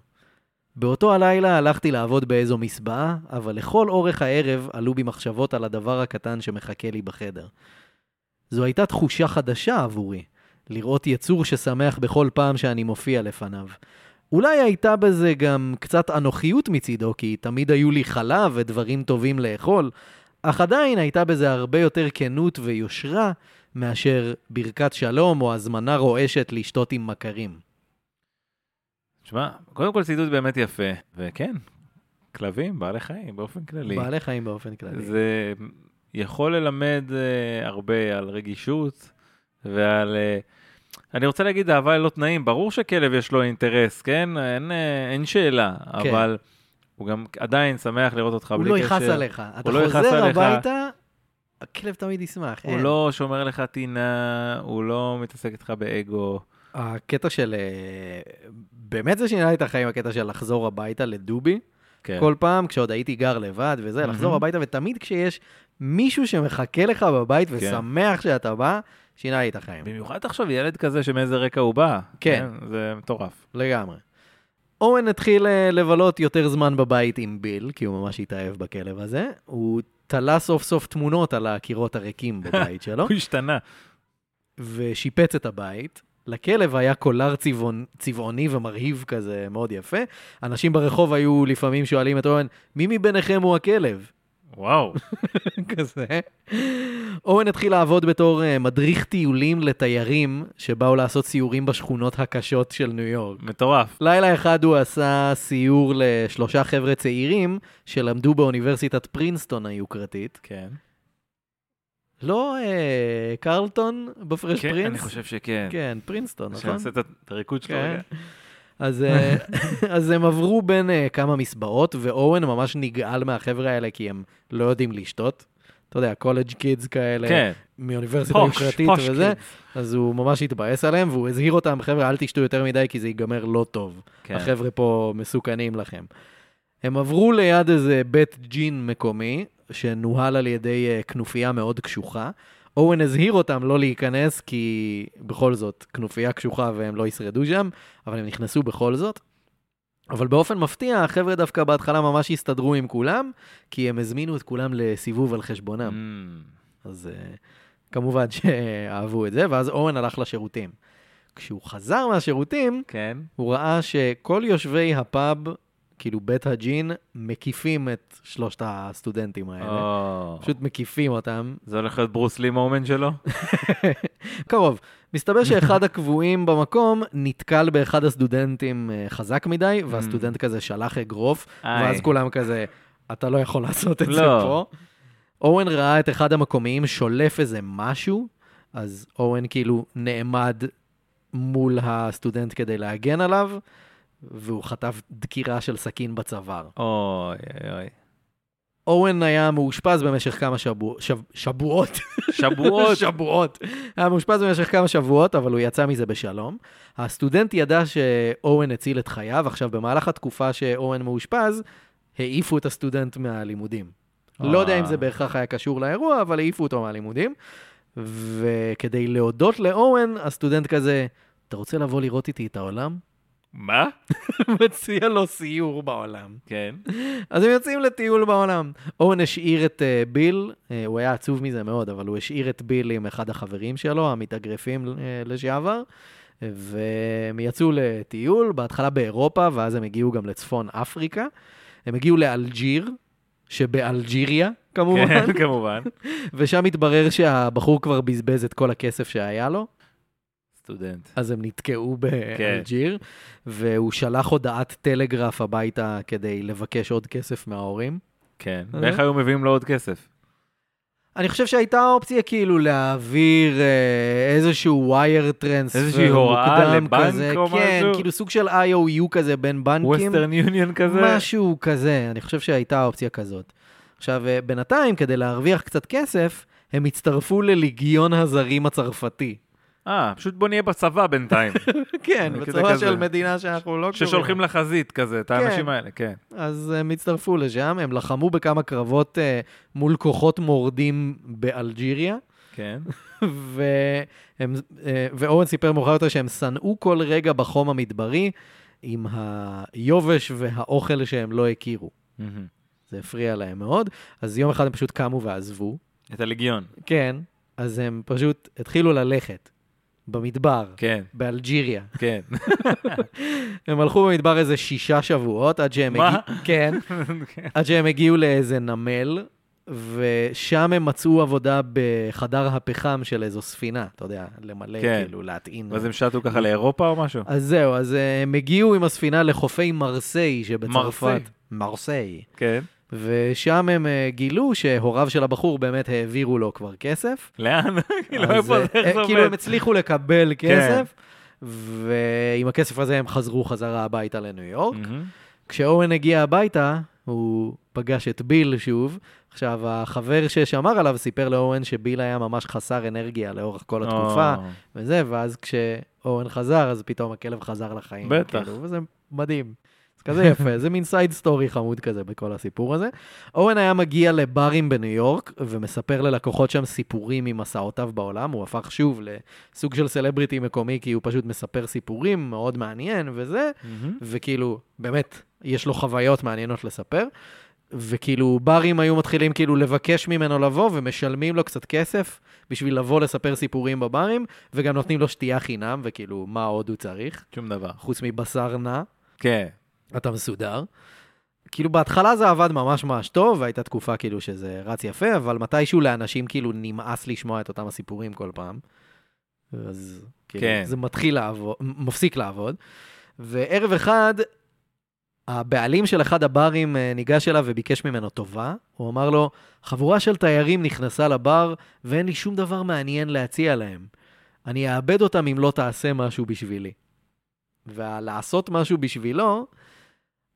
Speaker 1: באותו הלילה הלכתי לעבוד באיזו מסבעה, אבל לכל אורך הערב עלו בי מחשבות על הדבר הקטן שמחכה לי בחדר. זו הייתה תחושה חדשה עבורי, לראות יצור ששמח בכל פעם שאני מופיע לפניו. אולי הייתה בזה גם קצת אנוכיות מצידו, כי תמיד היו לי חלב ודברים טובים לאכול, אך עדיין הייתה בזה הרבה יותר כנות ויושרה מאשר ברכת שלום או הזמנה רועשת לשתות עם מכרים.
Speaker 2: תשמע, קודם כל ציטוט באמת יפה, וכן, כלבים, בעלי חיים, באופן כללי.
Speaker 1: בעלי חיים באופן כללי.
Speaker 2: זה יכול ללמד אה, הרבה על רגישות ועל... אה, אני רוצה להגיד אהבה ללא תנאים, ברור שכלב יש לו אינטרס, כן? אין, אה, אין שאלה,
Speaker 1: כן.
Speaker 2: אבל הוא גם עדיין שמח לראות אותך
Speaker 1: הוא
Speaker 2: בלי
Speaker 1: לא
Speaker 2: קשר.
Speaker 1: יכעס עליך. אתה
Speaker 2: לא יכעס
Speaker 1: חוזר
Speaker 2: עליך.
Speaker 1: הביתה, הכלב תמיד ישמח.
Speaker 2: הוא
Speaker 1: אין.
Speaker 2: לא שומר לך טינה, הוא לא מתעסק איתך
Speaker 1: כן.
Speaker 2: באגו.
Speaker 1: הקטע של... אה, באמת זה שינה לי את החיים, הקטע של לחזור הביתה לדובי.
Speaker 2: כן.
Speaker 1: כל פעם, כשעוד הייתי גר לבד וזה, לחזור
Speaker 2: מהמם.
Speaker 1: הביתה, ותמיד כשיש מישהו שמחכה לך בבית
Speaker 2: כן.
Speaker 1: ושמח שאתה בא, שינה לי את החיים.
Speaker 2: במיוחד תחשוב, ילד כזה שמאיזה רקע הוא בא.
Speaker 1: כן.
Speaker 2: זה מטורף.
Speaker 1: לגמרי. אורן התחיל אה, לבלות יותר זמן בבית עם ביל, כי הוא ממש התאהב בכלב הזה. הוא תלה סוף סוף תמונות על הקירות הריקים בבית שלו.
Speaker 2: הוא השתנה.
Speaker 1: ושיפץ את הבית. לכלב היה קולר צבעון, צבעוני ומרהיב כזה, מאוד יפה. אנשים ברחוב היו לפעמים שואלים את אורן, מי מביניכם הוא הכלב?
Speaker 2: וואו.
Speaker 1: כזה. אורן התחיל לעבוד בתור אה, מדריך טיולים לתיירים שבאו לעשות סיורים בשכונות הקשות של ניו יורק.
Speaker 2: מטורף.
Speaker 1: לילה אחד הוא עשה סיור לשלושה חבר'ה צעירים שלמדו באוניברסיטת פרינסטון היוקרתית.
Speaker 2: כן.
Speaker 1: לא אה, קרלטון בפרש
Speaker 2: כן,
Speaker 1: פרינס?
Speaker 2: אני חושב שכן.
Speaker 1: כן, פרינסטון, נכון?
Speaker 2: שנעשה את את הריקוד שלו
Speaker 1: כן.
Speaker 2: רגע.
Speaker 1: אז, אה, אז הם עברו בין אה, כמה מסבעות, ואורן ממש נגעל מהחבר'ה האלה כי הם לא יודעים לשתות. אתה יודע, קולג' קידס כאלה,
Speaker 2: כן.
Speaker 1: מאוניברסיטה
Speaker 2: פוש,
Speaker 1: יוקרתית
Speaker 2: פוש,
Speaker 1: וזה,
Speaker 2: קידס.
Speaker 1: אז הוא ממש התבאס עליהם, והוא הזהיר אותם, חבר'ה, אל תשתו יותר מדי כי זה ייגמר לא טוב.
Speaker 2: כן.
Speaker 1: החבר'ה פה מסוכנים לכם. הם עברו ליד איזה בית ג'ין מקומי, שנוהל על ידי אה, כנופיה מאוד קשוחה. אורן הזהיר אותם לא להיכנס, כי בכל זאת, כנופיה קשוחה והם לא ישרדו שם, אבל הם נכנסו בכל זאת. אבל באופן מפתיע, החבר'ה דווקא בהתחלה ממש הסתדרו עם כולם, כי הם הזמינו את כולם לסיבוב על חשבונם.
Speaker 2: Mm.
Speaker 1: אז uh, כמובן שאהבו את זה, ואז אורן הלך לשירותים. כשהוא חזר מהשירותים,
Speaker 2: כן.
Speaker 1: הוא ראה שכל יושבי הפאב, כאילו בית הג'ין, מקיפים את שלושת הסטודנטים
Speaker 2: אה.
Speaker 1: האלה.
Speaker 2: או.
Speaker 1: פשוט מקיפים אותם.
Speaker 2: זה הולך להיות ברוס לי מומנט שלו?
Speaker 1: קרוב. מסתבר שאחד הקבועים במקום נתקל באחד הסטודנטים אה, חזק מדי, והסטודנט כזה שלח אגרוף, ואז
Speaker 2: איי.
Speaker 1: כולם כזה, אתה לא יכול לעשות את זה
Speaker 2: לא.
Speaker 1: פה. אורן ראה את אחד המקומיים שולף איזה משהו, אז אורן כאילו נעמד מול הסטודנט כדי להגן עליו, והוא חטף דקירה של סכין בצוואר.
Speaker 2: אוי אוי אוי.
Speaker 1: אורן היה מאושפז במשך כמה שבוע, שב, שבועות,
Speaker 2: שבועות.
Speaker 1: שבועות. היה מאושפז במשך כמה שבועות, אבל הוא יצא מזה בשלום. הסטודנט ידע שאורן הציל את חייו, עכשיו, במהלך התקופה שאורן מאושפז, העיפו את הסטודנט מהלימודים. לא יודע אם זה בהכרח היה קשור לאירוע, אבל העיפו אותו מהלימודים. וכדי להודות לאורן, הסטודנט כזה, אתה רוצה לבוא לראות איתי את העולם?
Speaker 2: מה?
Speaker 1: מציע לו סיור בעולם.
Speaker 2: כן.
Speaker 1: אז הם יוצאים לטיול בעולם. אורן השאיר את אה, ביל, אה, הוא היה עצוב מזה מאוד, אבל הוא השאיר את ביל עם אחד החברים שלו, המתאגרפים אה, לשעבר, והם יצאו לטיול, בהתחלה באירופה, ואז הם הגיעו גם לצפון אפריקה. הם הגיעו לאלג'יר, שבאלג'יריה, כמובן,
Speaker 2: כן, כמובן.
Speaker 1: ושם התברר שהבחור כבר בזבז את כל הכסף שהיה לו,
Speaker 2: סטודנט.
Speaker 1: אז הם נתקעו באלג'יר, והוא שלח הודעת טלגרף הביתה כדי לבקש עוד כסף מההורים.
Speaker 2: כן.
Speaker 1: אה?
Speaker 2: ואיך היו מביאים לו עוד כסף?
Speaker 1: אני חושב שהייתה אופציה כאילו להעביר אה, איזשהו ווייר טרנספר
Speaker 2: איזושהי הוראה
Speaker 1: מוקדם
Speaker 2: לבנק
Speaker 1: כזה.
Speaker 2: או
Speaker 1: כן,
Speaker 2: משהו?
Speaker 1: כאילו סוג של IOU כזה בין בנקים.
Speaker 2: ווסטרן יוניון כזה?
Speaker 1: משהו כזה, אני חושב שהייתה אופציה כזאת. עכשיו, אה, בינתיים, כדי להרוויח קצת כסף, הם הצטרפו לליגיון הזרים הצרפתי.
Speaker 2: אה, פשוט בוא נהיה בצבא בינתיים.
Speaker 1: כן,
Speaker 2: כזה
Speaker 1: בצורה
Speaker 2: כזה.
Speaker 1: של מדינה שאנחנו לא
Speaker 2: ששולחים לחזית כזה, את האנשים
Speaker 1: כן.
Speaker 2: האלה, כן.
Speaker 1: אז הם הצטרפו לשם, הם לחמו בכמה קרבות אה, מול כוחות מורדים באלג'יריה.
Speaker 2: כן.
Speaker 1: והם, אה, ואורן סיפר מאוחר יותר שהם שנאו כל רגע בחום המדברי עם היובש והאוכל שהם לא הכירו.
Speaker 2: מהמם.
Speaker 1: זה הפריע להם מאוד. אז יום אחד הם פשוט קמו ועזבו.
Speaker 2: את הליגיון.
Speaker 1: כן. אז הם פשוט התחילו ללכת במדבר,
Speaker 2: כן,
Speaker 1: באלג'יריה.
Speaker 2: כן.
Speaker 1: הם הלכו במדבר איזה שישה שבועות עד שהם...
Speaker 2: מה?
Speaker 1: הגי- כן. עד שהם הגיעו לאיזה נמל, ושם הם מצאו עבודה בחדר הפחם של איזו ספינה, אתה יודע, למלא,
Speaker 2: כן.
Speaker 1: כאילו, להטעין.
Speaker 2: ואז הם שטו ככה לאירופה או משהו?
Speaker 1: אז זהו, אז אה, הם הגיעו עם הספינה לחופי מרסיי
Speaker 2: מרסיי.
Speaker 1: שבצרפת. מרסיי.
Speaker 2: כן.
Speaker 1: ושם הם אה, גילו שהוריו של הבחור באמת העבירו לו כבר כסף.
Speaker 2: לאן? כאילו,
Speaker 1: אז,
Speaker 2: איפה
Speaker 1: אה,
Speaker 2: זה, איך זה
Speaker 1: אה, כאילו הם
Speaker 2: עובד? כן.
Speaker 1: הצליחו לקבל כסף, ועם הכסף הזה הם חזרו חזרה הביתה לניו יורק.
Speaker 2: מהמם.
Speaker 1: כשאורן הגיע הביתה, הוא פגש את ביל שוב. עכשיו, החבר ששמר עליו סיפר לאורן שביל היה ממש חסר אנרגיה לאורך כל התקופה,
Speaker 2: או,
Speaker 1: וזה, ואז כשאורן חזר, אז פתאום הכלב חזר לחיים.
Speaker 2: בטח.
Speaker 1: כאילו, וזה מדהים. זה כזה יפה, זה מין סייד סטורי חמוד כזה בכל הסיפור הזה. אורן היה מגיע לברים בניו יורק ומספר ללקוחות שם סיפורים ממסעותיו בעולם, הוא הפך שוב לסוג של סלבריטי מקומי, כי הוא פשוט מספר סיפורים, מאוד מעניין וזה,
Speaker 2: מהמם.
Speaker 1: וכאילו, באמת, יש לו חוויות מעניינות לספר. וכאילו, ברים היו מתחילים כאילו לבקש ממנו לבוא, ומשלמים לו קצת כסף בשביל לבוא לספר סיפורים בברים, וגם נותנים לו שתייה חינם, וכאילו, מה עוד הוא צריך?
Speaker 2: שום דבר.
Speaker 1: חוץ מבשר נע,
Speaker 2: כן.
Speaker 1: אתה מסודר. כאילו, בהתחלה זה עבד ממש ממש טוב, והייתה תקופה כאילו שזה רץ יפה, אבל מתישהו לאנשים כאילו נמאס לשמוע את אותם הסיפורים כל פעם. אז כאילו,
Speaker 2: כן.
Speaker 1: כן. זה מתחיל לעבוד, מפסיק לעבוד. וערב אחד, הבעלים של אחד הברים אה, ניגש אליו וביקש ממנו טובה. הוא אמר לו, חבורה של תיירים נכנסה לבר, ואין לי שום דבר מעניין להציע להם. אני אאבד אותם אם לא תעשה משהו בשבילי. ולעשות משהו בשבילו,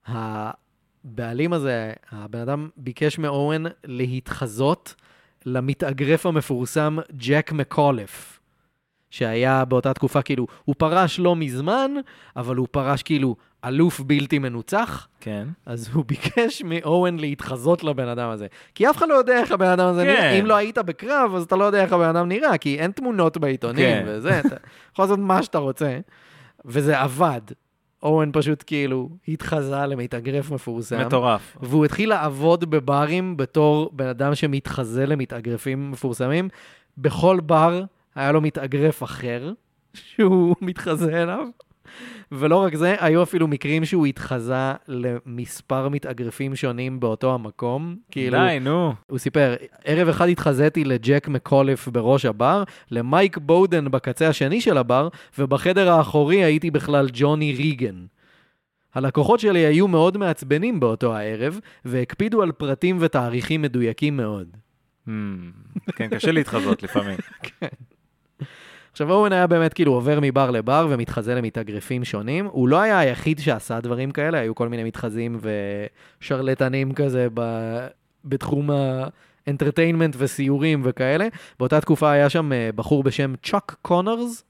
Speaker 1: הבעלים הזה, הבן אדם ביקש מאורן להתחזות למתאגרף המפורסם ג'ק מקולף, שהיה באותה תקופה כאילו, הוא פרש לא מזמן, אבל הוא פרש כאילו אלוף בלתי מנוצח.
Speaker 2: כן.
Speaker 1: אז הוא ביקש מאורן להתחזות לבן אדם הזה. כי אף אחד לא יודע איך הבן אדם הזה
Speaker 2: כן.
Speaker 1: נראה. אם לא היית בקרב, אז אתה לא יודע איך הבן אדם נראה, כי אין תמונות בעיתונים
Speaker 2: כן.
Speaker 1: וזה, אתה יכול לעשות מה שאתה רוצה. וזה עבד. אורן פשוט כאילו התחזה למתאגרף מפורסם.
Speaker 2: מטורף.
Speaker 1: והוא התחיל לעבוד בברים בתור בן אדם שמתחזה למתאגרפים מפורסמים. בכל בר היה לו מתאגרף אחר שהוא מתחזה אליו. ולא רק זה, היו אפילו מקרים שהוא התחזה למספר מתאגרפים שונים באותו המקום. כאילו,
Speaker 2: די, נו.
Speaker 1: הוא סיפר, ערב אחד התחזיתי לג'ק מקולף בראש הבר, למייק בודן בקצה השני של הבר, ובחדר האחורי הייתי בכלל ג'וני ריגן. הלקוחות שלי היו מאוד מעצבנים באותו הערב, והקפידו על פרטים ותאריכים מדויקים מאוד.
Speaker 2: אמ, כן, קשה להתחזות לפעמים.
Speaker 1: עכשיו, אורן היה באמת כאילו עובר מבר לבר ומתחזה למתאגרפים שונים. הוא לא היה היחיד שעשה דברים כאלה, היו כל מיני מתחזים ושרלטנים כזה ב... בתחום האנטרטיינמנט וסיורים וכאלה. באותה תקופה היה שם אה, בחור בשם צ'אק קונרס,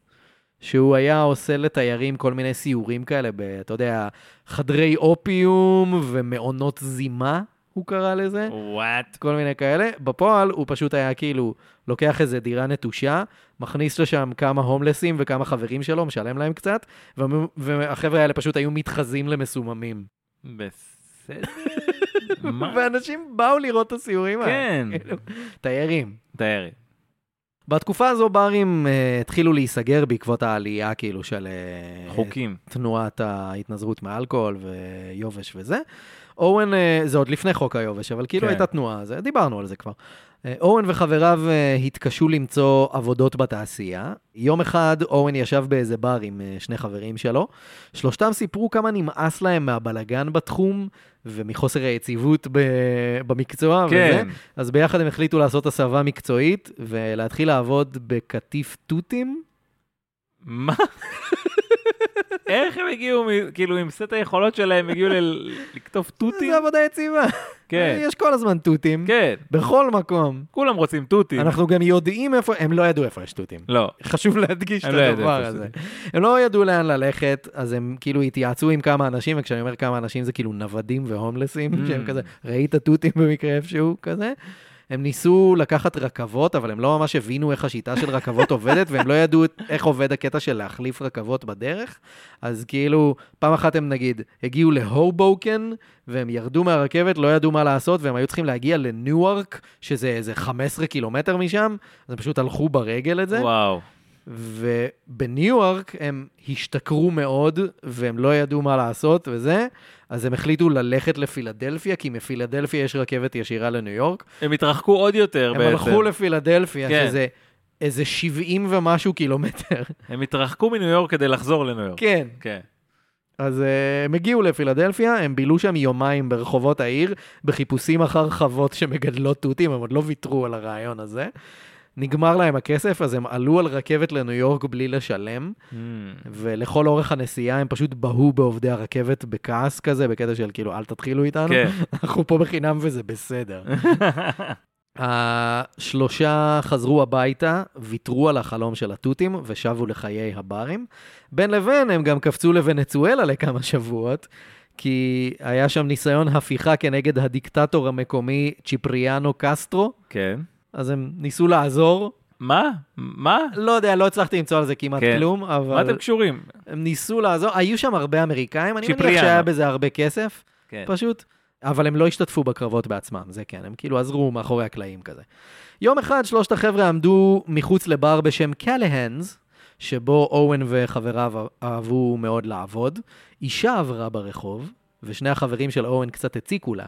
Speaker 1: שהוא היה עושה לתיירים כל מיני סיורים כאלה, ב, אתה יודע, חדרי אופיום ומעונות זימה, הוא קרא לזה.
Speaker 2: וואט.
Speaker 1: כל מיני כאלה. בפועל הוא פשוט היה כאילו לוקח איזה דירה נטושה, מכניס לשם כמה הומלסים וכמה חברים שלו, משלם להם קצת, והם- והחבר'ה האלה פשוט היו מתחזים למסוממים.
Speaker 2: בסדר. מה?
Speaker 1: ואנשים באו לראות את הסיורים האלה.
Speaker 2: כן.
Speaker 1: כאילו, אה, תיירים.
Speaker 2: תארי.
Speaker 1: בתקופה הזו ברים אה, התחילו להיסגר בעקבות העלייה כאילו של אה,
Speaker 2: חוקים.
Speaker 1: תנועת ההתנזרות מאלכוהול ויובש וזה. אורן, אה, זה עוד לפני חוק היובש, אבל כאילו
Speaker 2: כן.
Speaker 1: הייתה תנועה, זה, דיברנו על זה כבר. אה, אורן וחבריו אה, התקשו למצוא עבודות בתעשייה. יום אחד אורן ישב באיזה בר עם אה, שני חברים שלו. שלושתם סיפרו כמה נמאס להם מהבלגן בתחום ומחוסר היציבות ב... במקצוע וזה.
Speaker 2: כן.
Speaker 1: אז ביחד הם החליטו לעשות הסבה מקצועית ולהתחיל לעבוד בקטיף תותים.
Speaker 2: מה? איך הם הגיעו, מ- כאילו, עם סט היכולות שלהם הגיעו ל- לקטוף תותים?
Speaker 1: זה עבודה יציבה.
Speaker 2: כן.
Speaker 1: יש כל הזמן תותים.
Speaker 2: כן.
Speaker 1: בכל מקום.
Speaker 2: כולם רוצים תותים.
Speaker 1: אנחנו גם יודעים איפה, הם לא ידעו איפה יש תותים.
Speaker 2: לא.
Speaker 1: חשוב להדגיש את
Speaker 2: הם לא ידעו
Speaker 1: הדבר
Speaker 2: איפה
Speaker 1: הזה. הם לא ידעו לאן ללכת, אז הם כאילו התייעצו עם כמה אנשים, וכשאני אומר כמה אנשים זה כאילו נוודים והומלסים,
Speaker 2: Mm.
Speaker 1: שהם כזה, ראית תותים במקרה איפשהו, כזה. הם ניסו לקחת רכבות, אבל הם לא ממש הבינו איך השיטה של רכבות עובדת, והם לא ידעו את- איך עובד הקטע של להחליף רכבות בדרך. אז כאילו, פעם אחת הם נגיד הגיעו להובוקן, והם ירדו מהרכבת, לא ידעו מה לעשות, והם היו צריכים להגיע לניוארק, שזה איזה 15 קילומטר משם, אז הם פשוט הלכו ברגל את זה.
Speaker 2: וואו.
Speaker 1: ובניו-יורק הם השתכרו מאוד, והם לא ידעו מה לעשות וזה, אז הם החליטו ללכת לפילדלפיה, כי מפילדלפיה יש רכבת ישירה לניו יורק.
Speaker 2: הם התרחקו עוד יותר
Speaker 1: הם
Speaker 2: בעצם.
Speaker 1: הלכו לפילדלפיה,
Speaker 2: כן.
Speaker 1: שזה איזה 70 ומשהו קילומטר.
Speaker 2: הם התרחקו מניו יורק כדי לחזור לניו יורק.
Speaker 1: כן.
Speaker 2: כן.
Speaker 1: אז אה, הם הגיעו לפילדלפיה, הם בילו שם יומיים ברחובות העיר, בחיפושים אחר חוות שמגדלות תותים, הם עוד לא ויתרו על הרעיון הזה. נגמר להם הכסף, אז הם עלו על רכבת לניו יורק בלי לשלם. כן. ולכל אורך הנסיעה הם פשוט בהו בעובדי הרכבת בכעס כזה, בקטע של כאילו, אל תתחילו איתנו,
Speaker 2: כן.
Speaker 1: אנחנו פה בחינם וזה בסדר. השלושה חזרו הביתה, ויתרו על החלום של התותים ושבו לחיי הברים. בין לבין הם גם קפצו לוונצואלה לכמה שבועות, כי היה שם ניסיון הפיכה כנגד הדיקטטור המקומי צ'יפריאנו קסטרו,
Speaker 2: כן.
Speaker 1: אז הם ניסו לעזור.
Speaker 2: מה? מה?
Speaker 1: לא יודע, לא הצלחתי למצוא על זה כמעט
Speaker 2: כן.
Speaker 1: כלום, אבל...
Speaker 2: מה אתם קשורים?
Speaker 1: הם ניסו לעזור, היו שם הרבה אמריקאים, אני מניח
Speaker 2: צ'יפריאנו.
Speaker 1: שהיה בזה הרבה כסף,
Speaker 2: כן.
Speaker 1: פשוט, אבל הם לא השתתפו בקרבות בעצמם, זה כן, הם כאילו עזרו מאחורי הקלעים כזה. יום אחד שלושת החבר'ה עמדו מחוץ לבר בשם קלהנס, שבו אוהן וחבריו אהבו מאוד לעבוד. אישה עברה ברחוב, ושני החברים של אוהן קצת הציקו לה.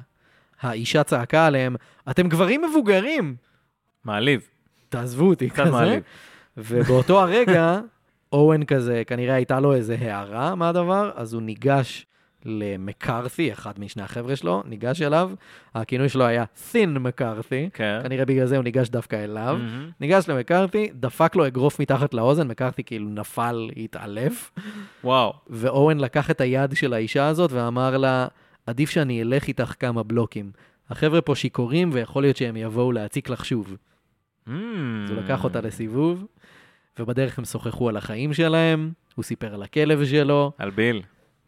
Speaker 1: האישה צעקה עליהם, אתם גברים מבוגרים!
Speaker 2: מעליב.
Speaker 1: תעזבו אותי,
Speaker 2: קצת
Speaker 1: כזה.
Speaker 2: מעליב.
Speaker 1: ובאותו הרגע, אורן כזה, כנראה הייתה לו איזה הערה מהדבר, אז הוא ניגש למקארתי, אחד משני החבר'ה שלו, ניגש אליו, הכינוי שלו היה Thin מקארתי,
Speaker 2: כן.
Speaker 1: כנראה בגלל זה הוא ניגש דווקא אליו.
Speaker 2: מהמם.
Speaker 1: ניגש למקארתי, דפק לו אגרוף מתחת לאוזן, מקארתי כאילו נפל, התעלף,
Speaker 2: וואו.
Speaker 1: ואורן לקח את היד של האישה הזאת ואמר לה, עדיף שאני אלך איתך כמה בלוקים. החבר'ה פה שיכורים ויכול להיות שהם יבואו להציק לך שוב. אז
Speaker 2: Mm.
Speaker 1: הוא לקח אותה לסיבוב, ובדרך הם שוחחו על החיים שלהם, הוא סיפר על הכלב שלו.
Speaker 2: על ביל.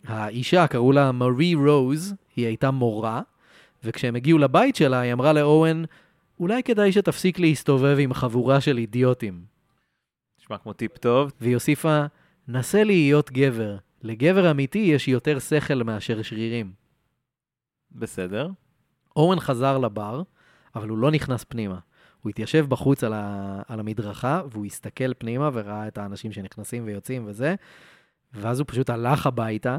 Speaker 1: האישה, קראו לה מארי רוז, היא הייתה מורה, וכשהם הגיעו לבית שלה, היא אמרה לאוהן, אולי כדאי שתפסיק להסתובב עם חבורה של אידיוטים.
Speaker 2: נשמע כמו טיפ טוב.
Speaker 1: והיא הוסיפה, נסה להיות גבר. לגבר אמיתי יש יותר שכל מאשר שרירים.
Speaker 2: בסדר.
Speaker 1: אורן חזר לבר, אבל הוא לא נכנס פנימה. הוא התיישב בחוץ על, ה... על המדרכה, והוא הסתכל פנימה וראה את האנשים שנכנסים ויוצאים וזה, ואז הוא פשוט הלך הביתה,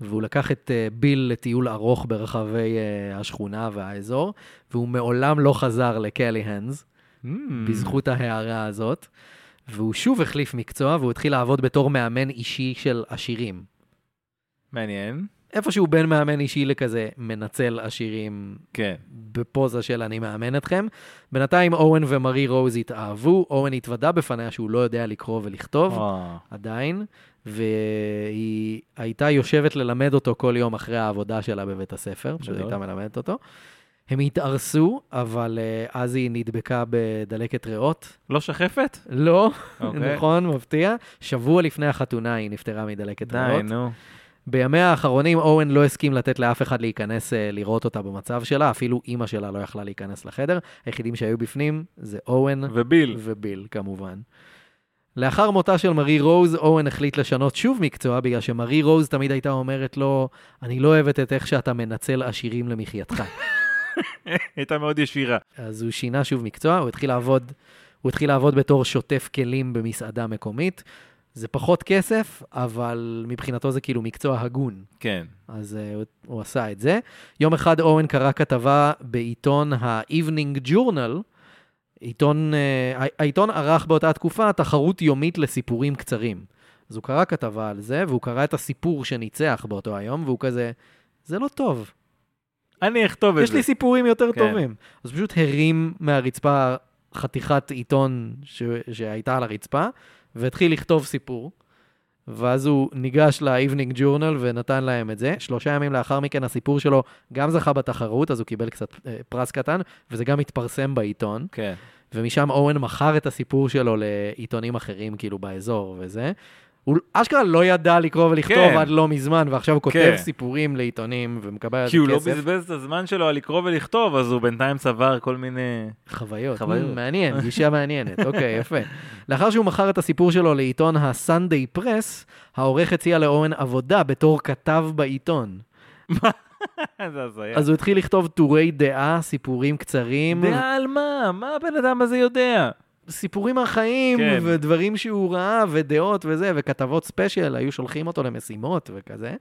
Speaker 1: והוא לקח את אה, ביל לטיול ארוך ברחבי אה, השכונה והאזור, והוא מעולם לא חזר לקלי הנדס,
Speaker 2: Mm.
Speaker 1: בזכות ההערה הזאת, והוא שוב החליף מקצוע, והוא התחיל לעבוד בתור מאמן אישי של עשירים.
Speaker 2: מעניין.
Speaker 1: איפשהו בין מאמן אישי לכזה מנצל עשירים
Speaker 2: כן.
Speaker 1: בפוזה של אני מאמן אתכם. בינתיים אורן ומרי רוז התאהבו, אורן התוודה בפניה שהוא לא יודע לקרוא ולכתוב, oh.
Speaker 2: אה.
Speaker 1: עדיין, והיא הייתה יושבת ללמד אותו כל יום אחרי העבודה שלה בבית הספר, פשוט
Speaker 2: גדול.
Speaker 1: הייתה מלמדת אותו. הם התארסו, אבל אה, אז היא נדבקה בדלקת ריאות.
Speaker 2: לא שחפת?
Speaker 1: לא,
Speaker 2: אוקיי.
Speaker 1: נכון, מפתיע. שבוע לפני החתונה היא נפטרה מדלקת
Speaker 2: די,
Speaker 1: ריאות.
Speaker 2: נו.
Speaker 1: בימיה האחרונים אורן לא הסכים לתת לאף אחד להיכנס אה, לראות אותה במצב שלה, אפילו אימא שלה לא יכלה להיכנס לחדר. היחידים שהיו בפנים זה אורן
Speaker 2: וביל.
Speaker 1: וביל, כמובן. לאחר מותה של מארי רוז, אורן החליט לשנות שוב מקצוע, בגלל שמארי רוז תמיד הייתה אומרת לו, אני לא אוהבת את איך שאתה מנצל עשירים למחייתך.
Speaker 2: הייתה מאוד ישירה.
Speaker 1: אז הוא שינה שוב מקצוע, הוא התחיל לעבוד, הוא התחיל לעבוד בתור שוטף כלים במסעדה מקומית. זה פחות כסף, אבל מבחינתו זה כאילו מקצוע הגון.
Speaker 2: כן.
Speaker 1: אז uh, הוא, הוא עשה את זה. יום אחד אורן קרא כתבה בעיתון ה-Evening Journal. עיתון, uh, העיתון ערך באותה תקופה תחרות יומית לסיפורים קצרים. אז הוא קרא כתבה על זה, והוא קרא את הסיפור שניצח באותו היום, והוא כזה, זה לא טוב.
Speaker 2: אני אכתוב את
Speaker 1: יש
Speaker 2: זה.
Speaker 1: לי סיפורים יותר
Speaker 2: כן.
Speaker 1: טובים. אז פשוט הרים מהרצפה חתיכת עיתון ש... שהייתה על הרצפה, והתחיל לכתוב סיפור. ואז הוא ניגש ל-Evening Journal ונתן להם את זה. שלושה ימים לאחר מכן הסיפור שלו גם זכה בתחרות, אז הוא קיבל קצת אה, פרס קטן, וזה גם התפרסם בעיתון.
Speaker 2: כן.
Speaker 1: ומשם אורן מכר את הסיפור שלו לעיתונים אחרים, כאילו, באזור וזה. הוא אשכרה לא ידע לקרוא ולכתוב
Speaker 2: כן.
Speaker 1: עד לא מזמן, ועכשיו הוא כותב
Speaker 2: כן.
Speaker 1: סיפורים לעיתונים ומקבל על זה כסף.
Speaker 2: כי הוא לא בזבז את הזמן שלו על לקרוא ולכתוב, אז הוא בינתיים צבר כל מיני...
Speaker 1: חוויות.
Speaker 2: חוויות.
Speaker 1: חוויות. מעניין, גישה מעניינת. אוקיי, יפה. לאחר שהוא מכר את הסיפור שלו לעיתון ה-Sunday Press, העורך הציע לאורן עבודה בתור כתב בעיתון.
Speaker 2: זה הזיה.
Speaker 1: אז הוא התחיל לכתוב טורי דעה, סיפורים קצרים,
Speaker 2: כן. דעה על מה? מה הבן אדם הזה יודע?
Speaker 1: סיפורים מהחיים,
Speaker 2: כן.
Speaker 1: ודברים שהוא ראה, ודעות וזה, וכתבות ספיישל, היו שולחים אותו למשימות וכזה.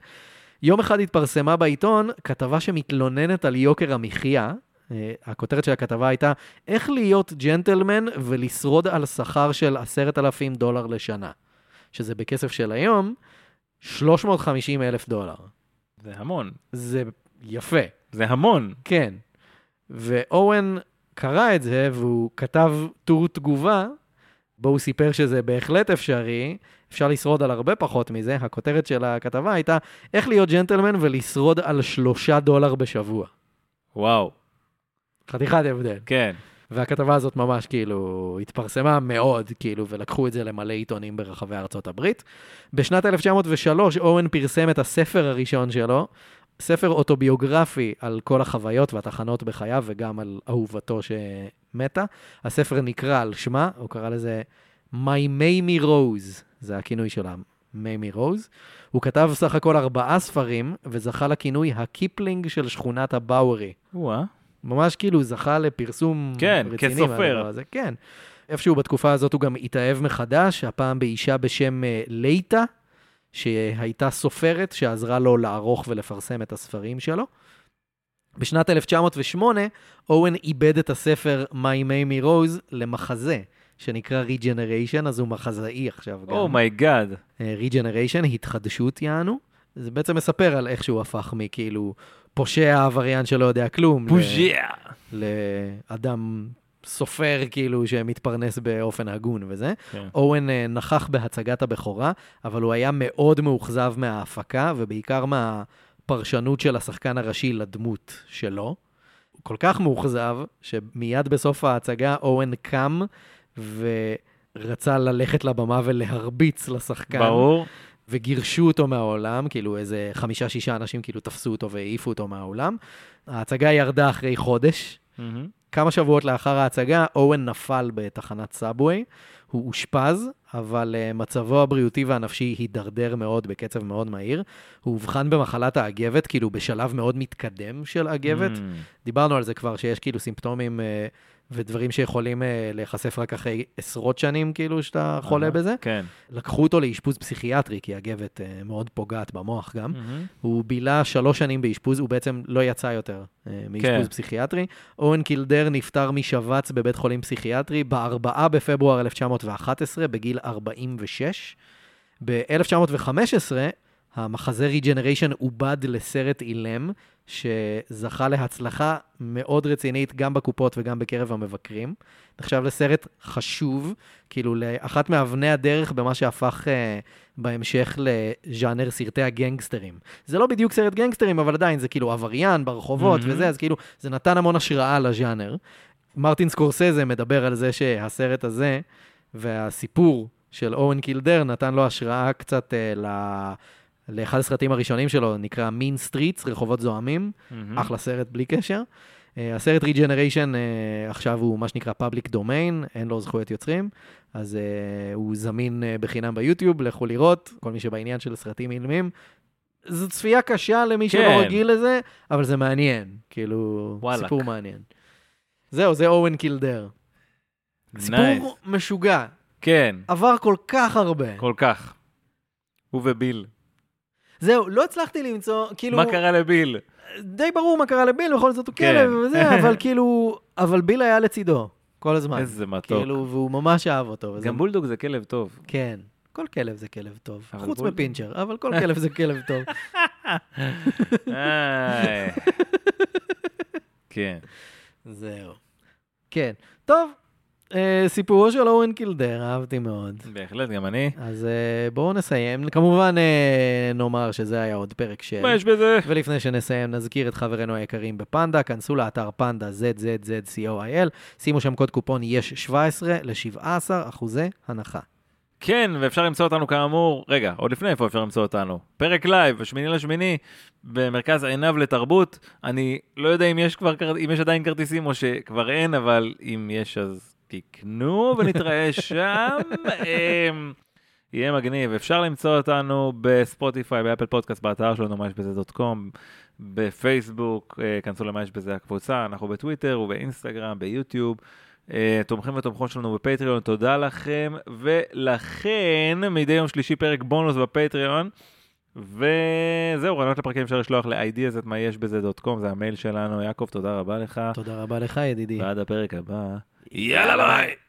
Speaker 1: יום אחד התפרסמה בעיתון כתבה שמתלוננת על יוקר המחיה. אה, הכותרת של הכתבה הייתה, איך להיות ג'נטלמן ולשרוד על שכר של עשרת אלפים דולר לשנה, שזה בכסף של היום, 350 אלף דולר.
Speaker 2: זה המון.
Speaker 1: זה יפה,
Speaker 2: זה המון.
Speaker 1: כן. ואורן קרא את זה, והוא כתב טור תגובה, בו הוא סיפר שזה בהחלט אפשרי, אפשר לשרוד על הרבה פחות מזה. הכותרת של הכתבה הייתה, איך להיות ג'נטלמן ולשרוד על שלושה דולר בשבוע.
Speaker 2: וואו.
Speaker 1: חתיכת הבדל.
Speaker 2: כן.
Speaker 1: והכתבה הזאת ממש כאילו התפרסמה מאוד, כאילו, ולקחו את זה למלא עיתונים ברחבי ארצות הברית. בשנת 1903 אורן פרסם את הספר הראשון שלו, ספר אוטוביוגרפי על כל החוויות והתחנות בחייו וגם על אהובתו שמתה. הספר נקרא על שמה, הוא קרא לזה My Mamie Rose, זה הכינוי שלה, מיימי רוז. הוא כתב סך הכל ארבעה ספרים וזכה לכינוי הקיפלינג של שכונת הבאוורי.
Speaker 2: וואה.
Speaker 1: ממש כאילו זכה לפרסום
Speaker 2: כן,
Speaker 1: רציני.
Speaker 2: כסופר.
Speaker 1: מהדבר הזה, כן. איפשהו בתקופה הזאת הוא גם התאהב מחדש, הפעם באישה בשם אה, לייטה, שהייתה סופרת שעזרה לו לערוך ולפרסם את הספרים שלו. בשנת 1908, אוהן איבד את הספר My Mamie Rose למחזה, שנקרא Regeneration, אז הוא מחזאי עכשיו
Speaker 2: Oh
Speaker 1: גם.
Speaker 2: אומייגאד.
Speaker 1: ריג'נריישן, התחדשות יענו. זה בעצם מספר על איך שהוא הפך מכאילו פושע עבריין שלא יודע כלום. ל-
Speaker 2: בוז'יה.
Speaker 1: לאדם סופר כאילו שמתפרנס באופן הגון וזה.
Speaker 2: כן.
Speaker 1: אורן אה, נכח בהצגת הבכורה, אבל הוא היה מאוד מאוכזב מההפקה ובעיקר מהפרשנות של השחקן הראשי לדמות שלו. הוא כל כך מאוכזב, שמיד בסוף ההצגה אורן קם ורצה ללכת לבמה ולהרביץ לשחקן.
Speaker 2: ברור.
Speaker 1: וגירשו אותו מהעולם, כאילו איזה חמישה-שישה אנשים כאילו תפסו אותו והעיפו אותו מהעולם. ההצגה ירדה אחרי חודש.
Speaker 2: מהמם.
Speaker 1: כמה שבועות לאחר ההצגה, אוהן נפל בתחנת סאבווי. הוא אושפז, אבל אה, מצבו הבריאותי והנפשי הידרדר מאוד בקצב מאוד מהיר. הוא אובחן במחלת האגבת, כאילו בשלב מאוד מתקדם של אגבת. Mm.
Speaker 2: מהמם.
Speaker 1: דיברנו על זה כבר, שיש כאילו סימפטומים אה, ודברים שיכולים אה, להיחשף רק אחרי עשרות שנים, כאילו, שאתה חולה
Speaker 2: אהה.
Speaker 1: בזה.
Speaker 2: כן.
Speaker 1: לקחו אותו לאשפוז פסיכיאטרי, כי אגבת אה, מאוד פוגעת במוח גם.
Speaker 2: מהמם.
Speaker 1: הוא בילה שלוש שנים באשפוז, הוא בעצם לא יצא יותר אה, מאשפוז
Speaker 2: כן.
Speaker 1: כן. פסיכיאטרי. אורן קילדר נפטר משבץ בבית חולים פסיכיאטרי ב-4 בפברואר 1911, בגיל 46. ב-1915, המחזה ריג'נריישן עובד לסרט אילם, שזכה להצלחה מאוד רצינית גם בקופות וגם בקרב המבקרים. נחשב לסרט חשוב, כאילו לאחת מאבני הדרך במה שהפך אה, בהמשך לז'אנר סרטי הגנגסטרים. זה לא בדיוק סרט גנגסטרים, אבל עדיין זה כאילו עבריין ברחובות
Speaker 2: מהמם.
Speaker 1: וזה, אז כאילו זה נתן המון השראה לז'אנר. מרטין סקורסזה מדבר על זה שהסרט הזה והסיפור של אורן קילדר נתן לו השראה קצת אה, ל... לאחד הסרטים הראשונים שלו, נקרא מין סטריטס, רחובות זוהמים,
Speaker 2: מהמם.
Speaker 1: אחלה סרט בלי קשר. אה, הסרט ריג'נריישן עכשיו הוא מה שנקרא פאבליק דומיין, אין לו זכויות יוצרים, אז אה, הוא זמין אה, בחינם ביוטיוב, לכו לראות, כל מי שבעניין של סרטים אילמים. זו צפייה קשה למי שלא
Speaker 2: כן.
Speaker 1: רגיל לזה, אבל זה מעניין, כאילו,
Speaker 2: וואלק.
Speaker 1: סיפור מעניין. זהו, זה אורן קילדר.
Speaker 2: Nice.
Speaker 1: סיפור משוגע,
Speaker 2: Mm-hmm. כן,
Speaker 1: עבר כל כך הרבה.
Speaker 2: כל כך. הוא וביל.
Speaker 1: זהו, לא הצלחתי למצוא, כאילו...
Speaker 2: מה קרה לביל?
Speaker 1: די ברור מה קרה לביל, בכל זאת הוא
Speaker 2: כן.
Speaker 1: כלב וזה, אבל כאילו, אבל ביל היה לצידו כל הזמן.
Speaker 2: איזה מתוק.
Speaker 1: כאילו, והוא ממש אהב אותו. וזה-
Speaker 2: גם בולדוג זה כלב טוב.
Speaker 1: כן. כל כלב זה כלב טוב,
Speaker 2: אבל
Speaker 1: חוץ
Speaker 2: בול-
Speaker 1: מפינצ'ר, אבל כל כלב זה כלב טוב.
Speaker 2: איי. כן.
Speaker 1: זהו. כן. טוב, אה, סיפורו של אורן קילדר, אהבתי מאוד.
Speaker 2: בהחלט, גם אני.
Speaker 1: אז אה, בואו נסיים. כמובן, אה, נאמר שזה היה עוד פרק של...
Speaker 2: מה יש בזה?
Speaker 1: ולפני שנסיים, נזכיר את חברינו היקרים בפנדה, כנסו לאתר פנדה ZZZCOIL, שימו שם קוד קופון יש 17 ל-17 אחוזי הנחה.
Speaker 2: כן, ואפשר למצוא אותנו כאמור, רגע, עוד לפני איפה אפשר למצוא אותנו? פרק לייב, השמיני לשמיני, במרכז עיניו לתרבות. אני לא יודע אם יש כבר, כר- אם יש עדיין כרטיסים או שכבר אין, אבל אם יש אז תקנו ונתראה שם. אמ, יהיה מגניב. אפשר למצוא אותנו בספוטיפיי, באפל פודקאסט, באתר שלנו, מה יש בזה דוט קום, בפייסבוק, אה, כנסו למה יש בזה הקבוצה, אנחנו בטוויטר ובאינסטגרם, ביוטיוב. אה, תומכים ותומכות שלנו בפטריון, תודה לכם. ולכן, מדי יום שלישי פרק בונוס בפטריון. וזהו, רעיונות לפרקים אפשר לשלוח ל-ideas את מה יש בזה דוט קום, זה המייל שלנו. יעקב, תודה רבה לך.
Speaker 1: תודה רבה לך, ידידי.
Speaker 2: ועד הפרק הבא. יאללה ביי!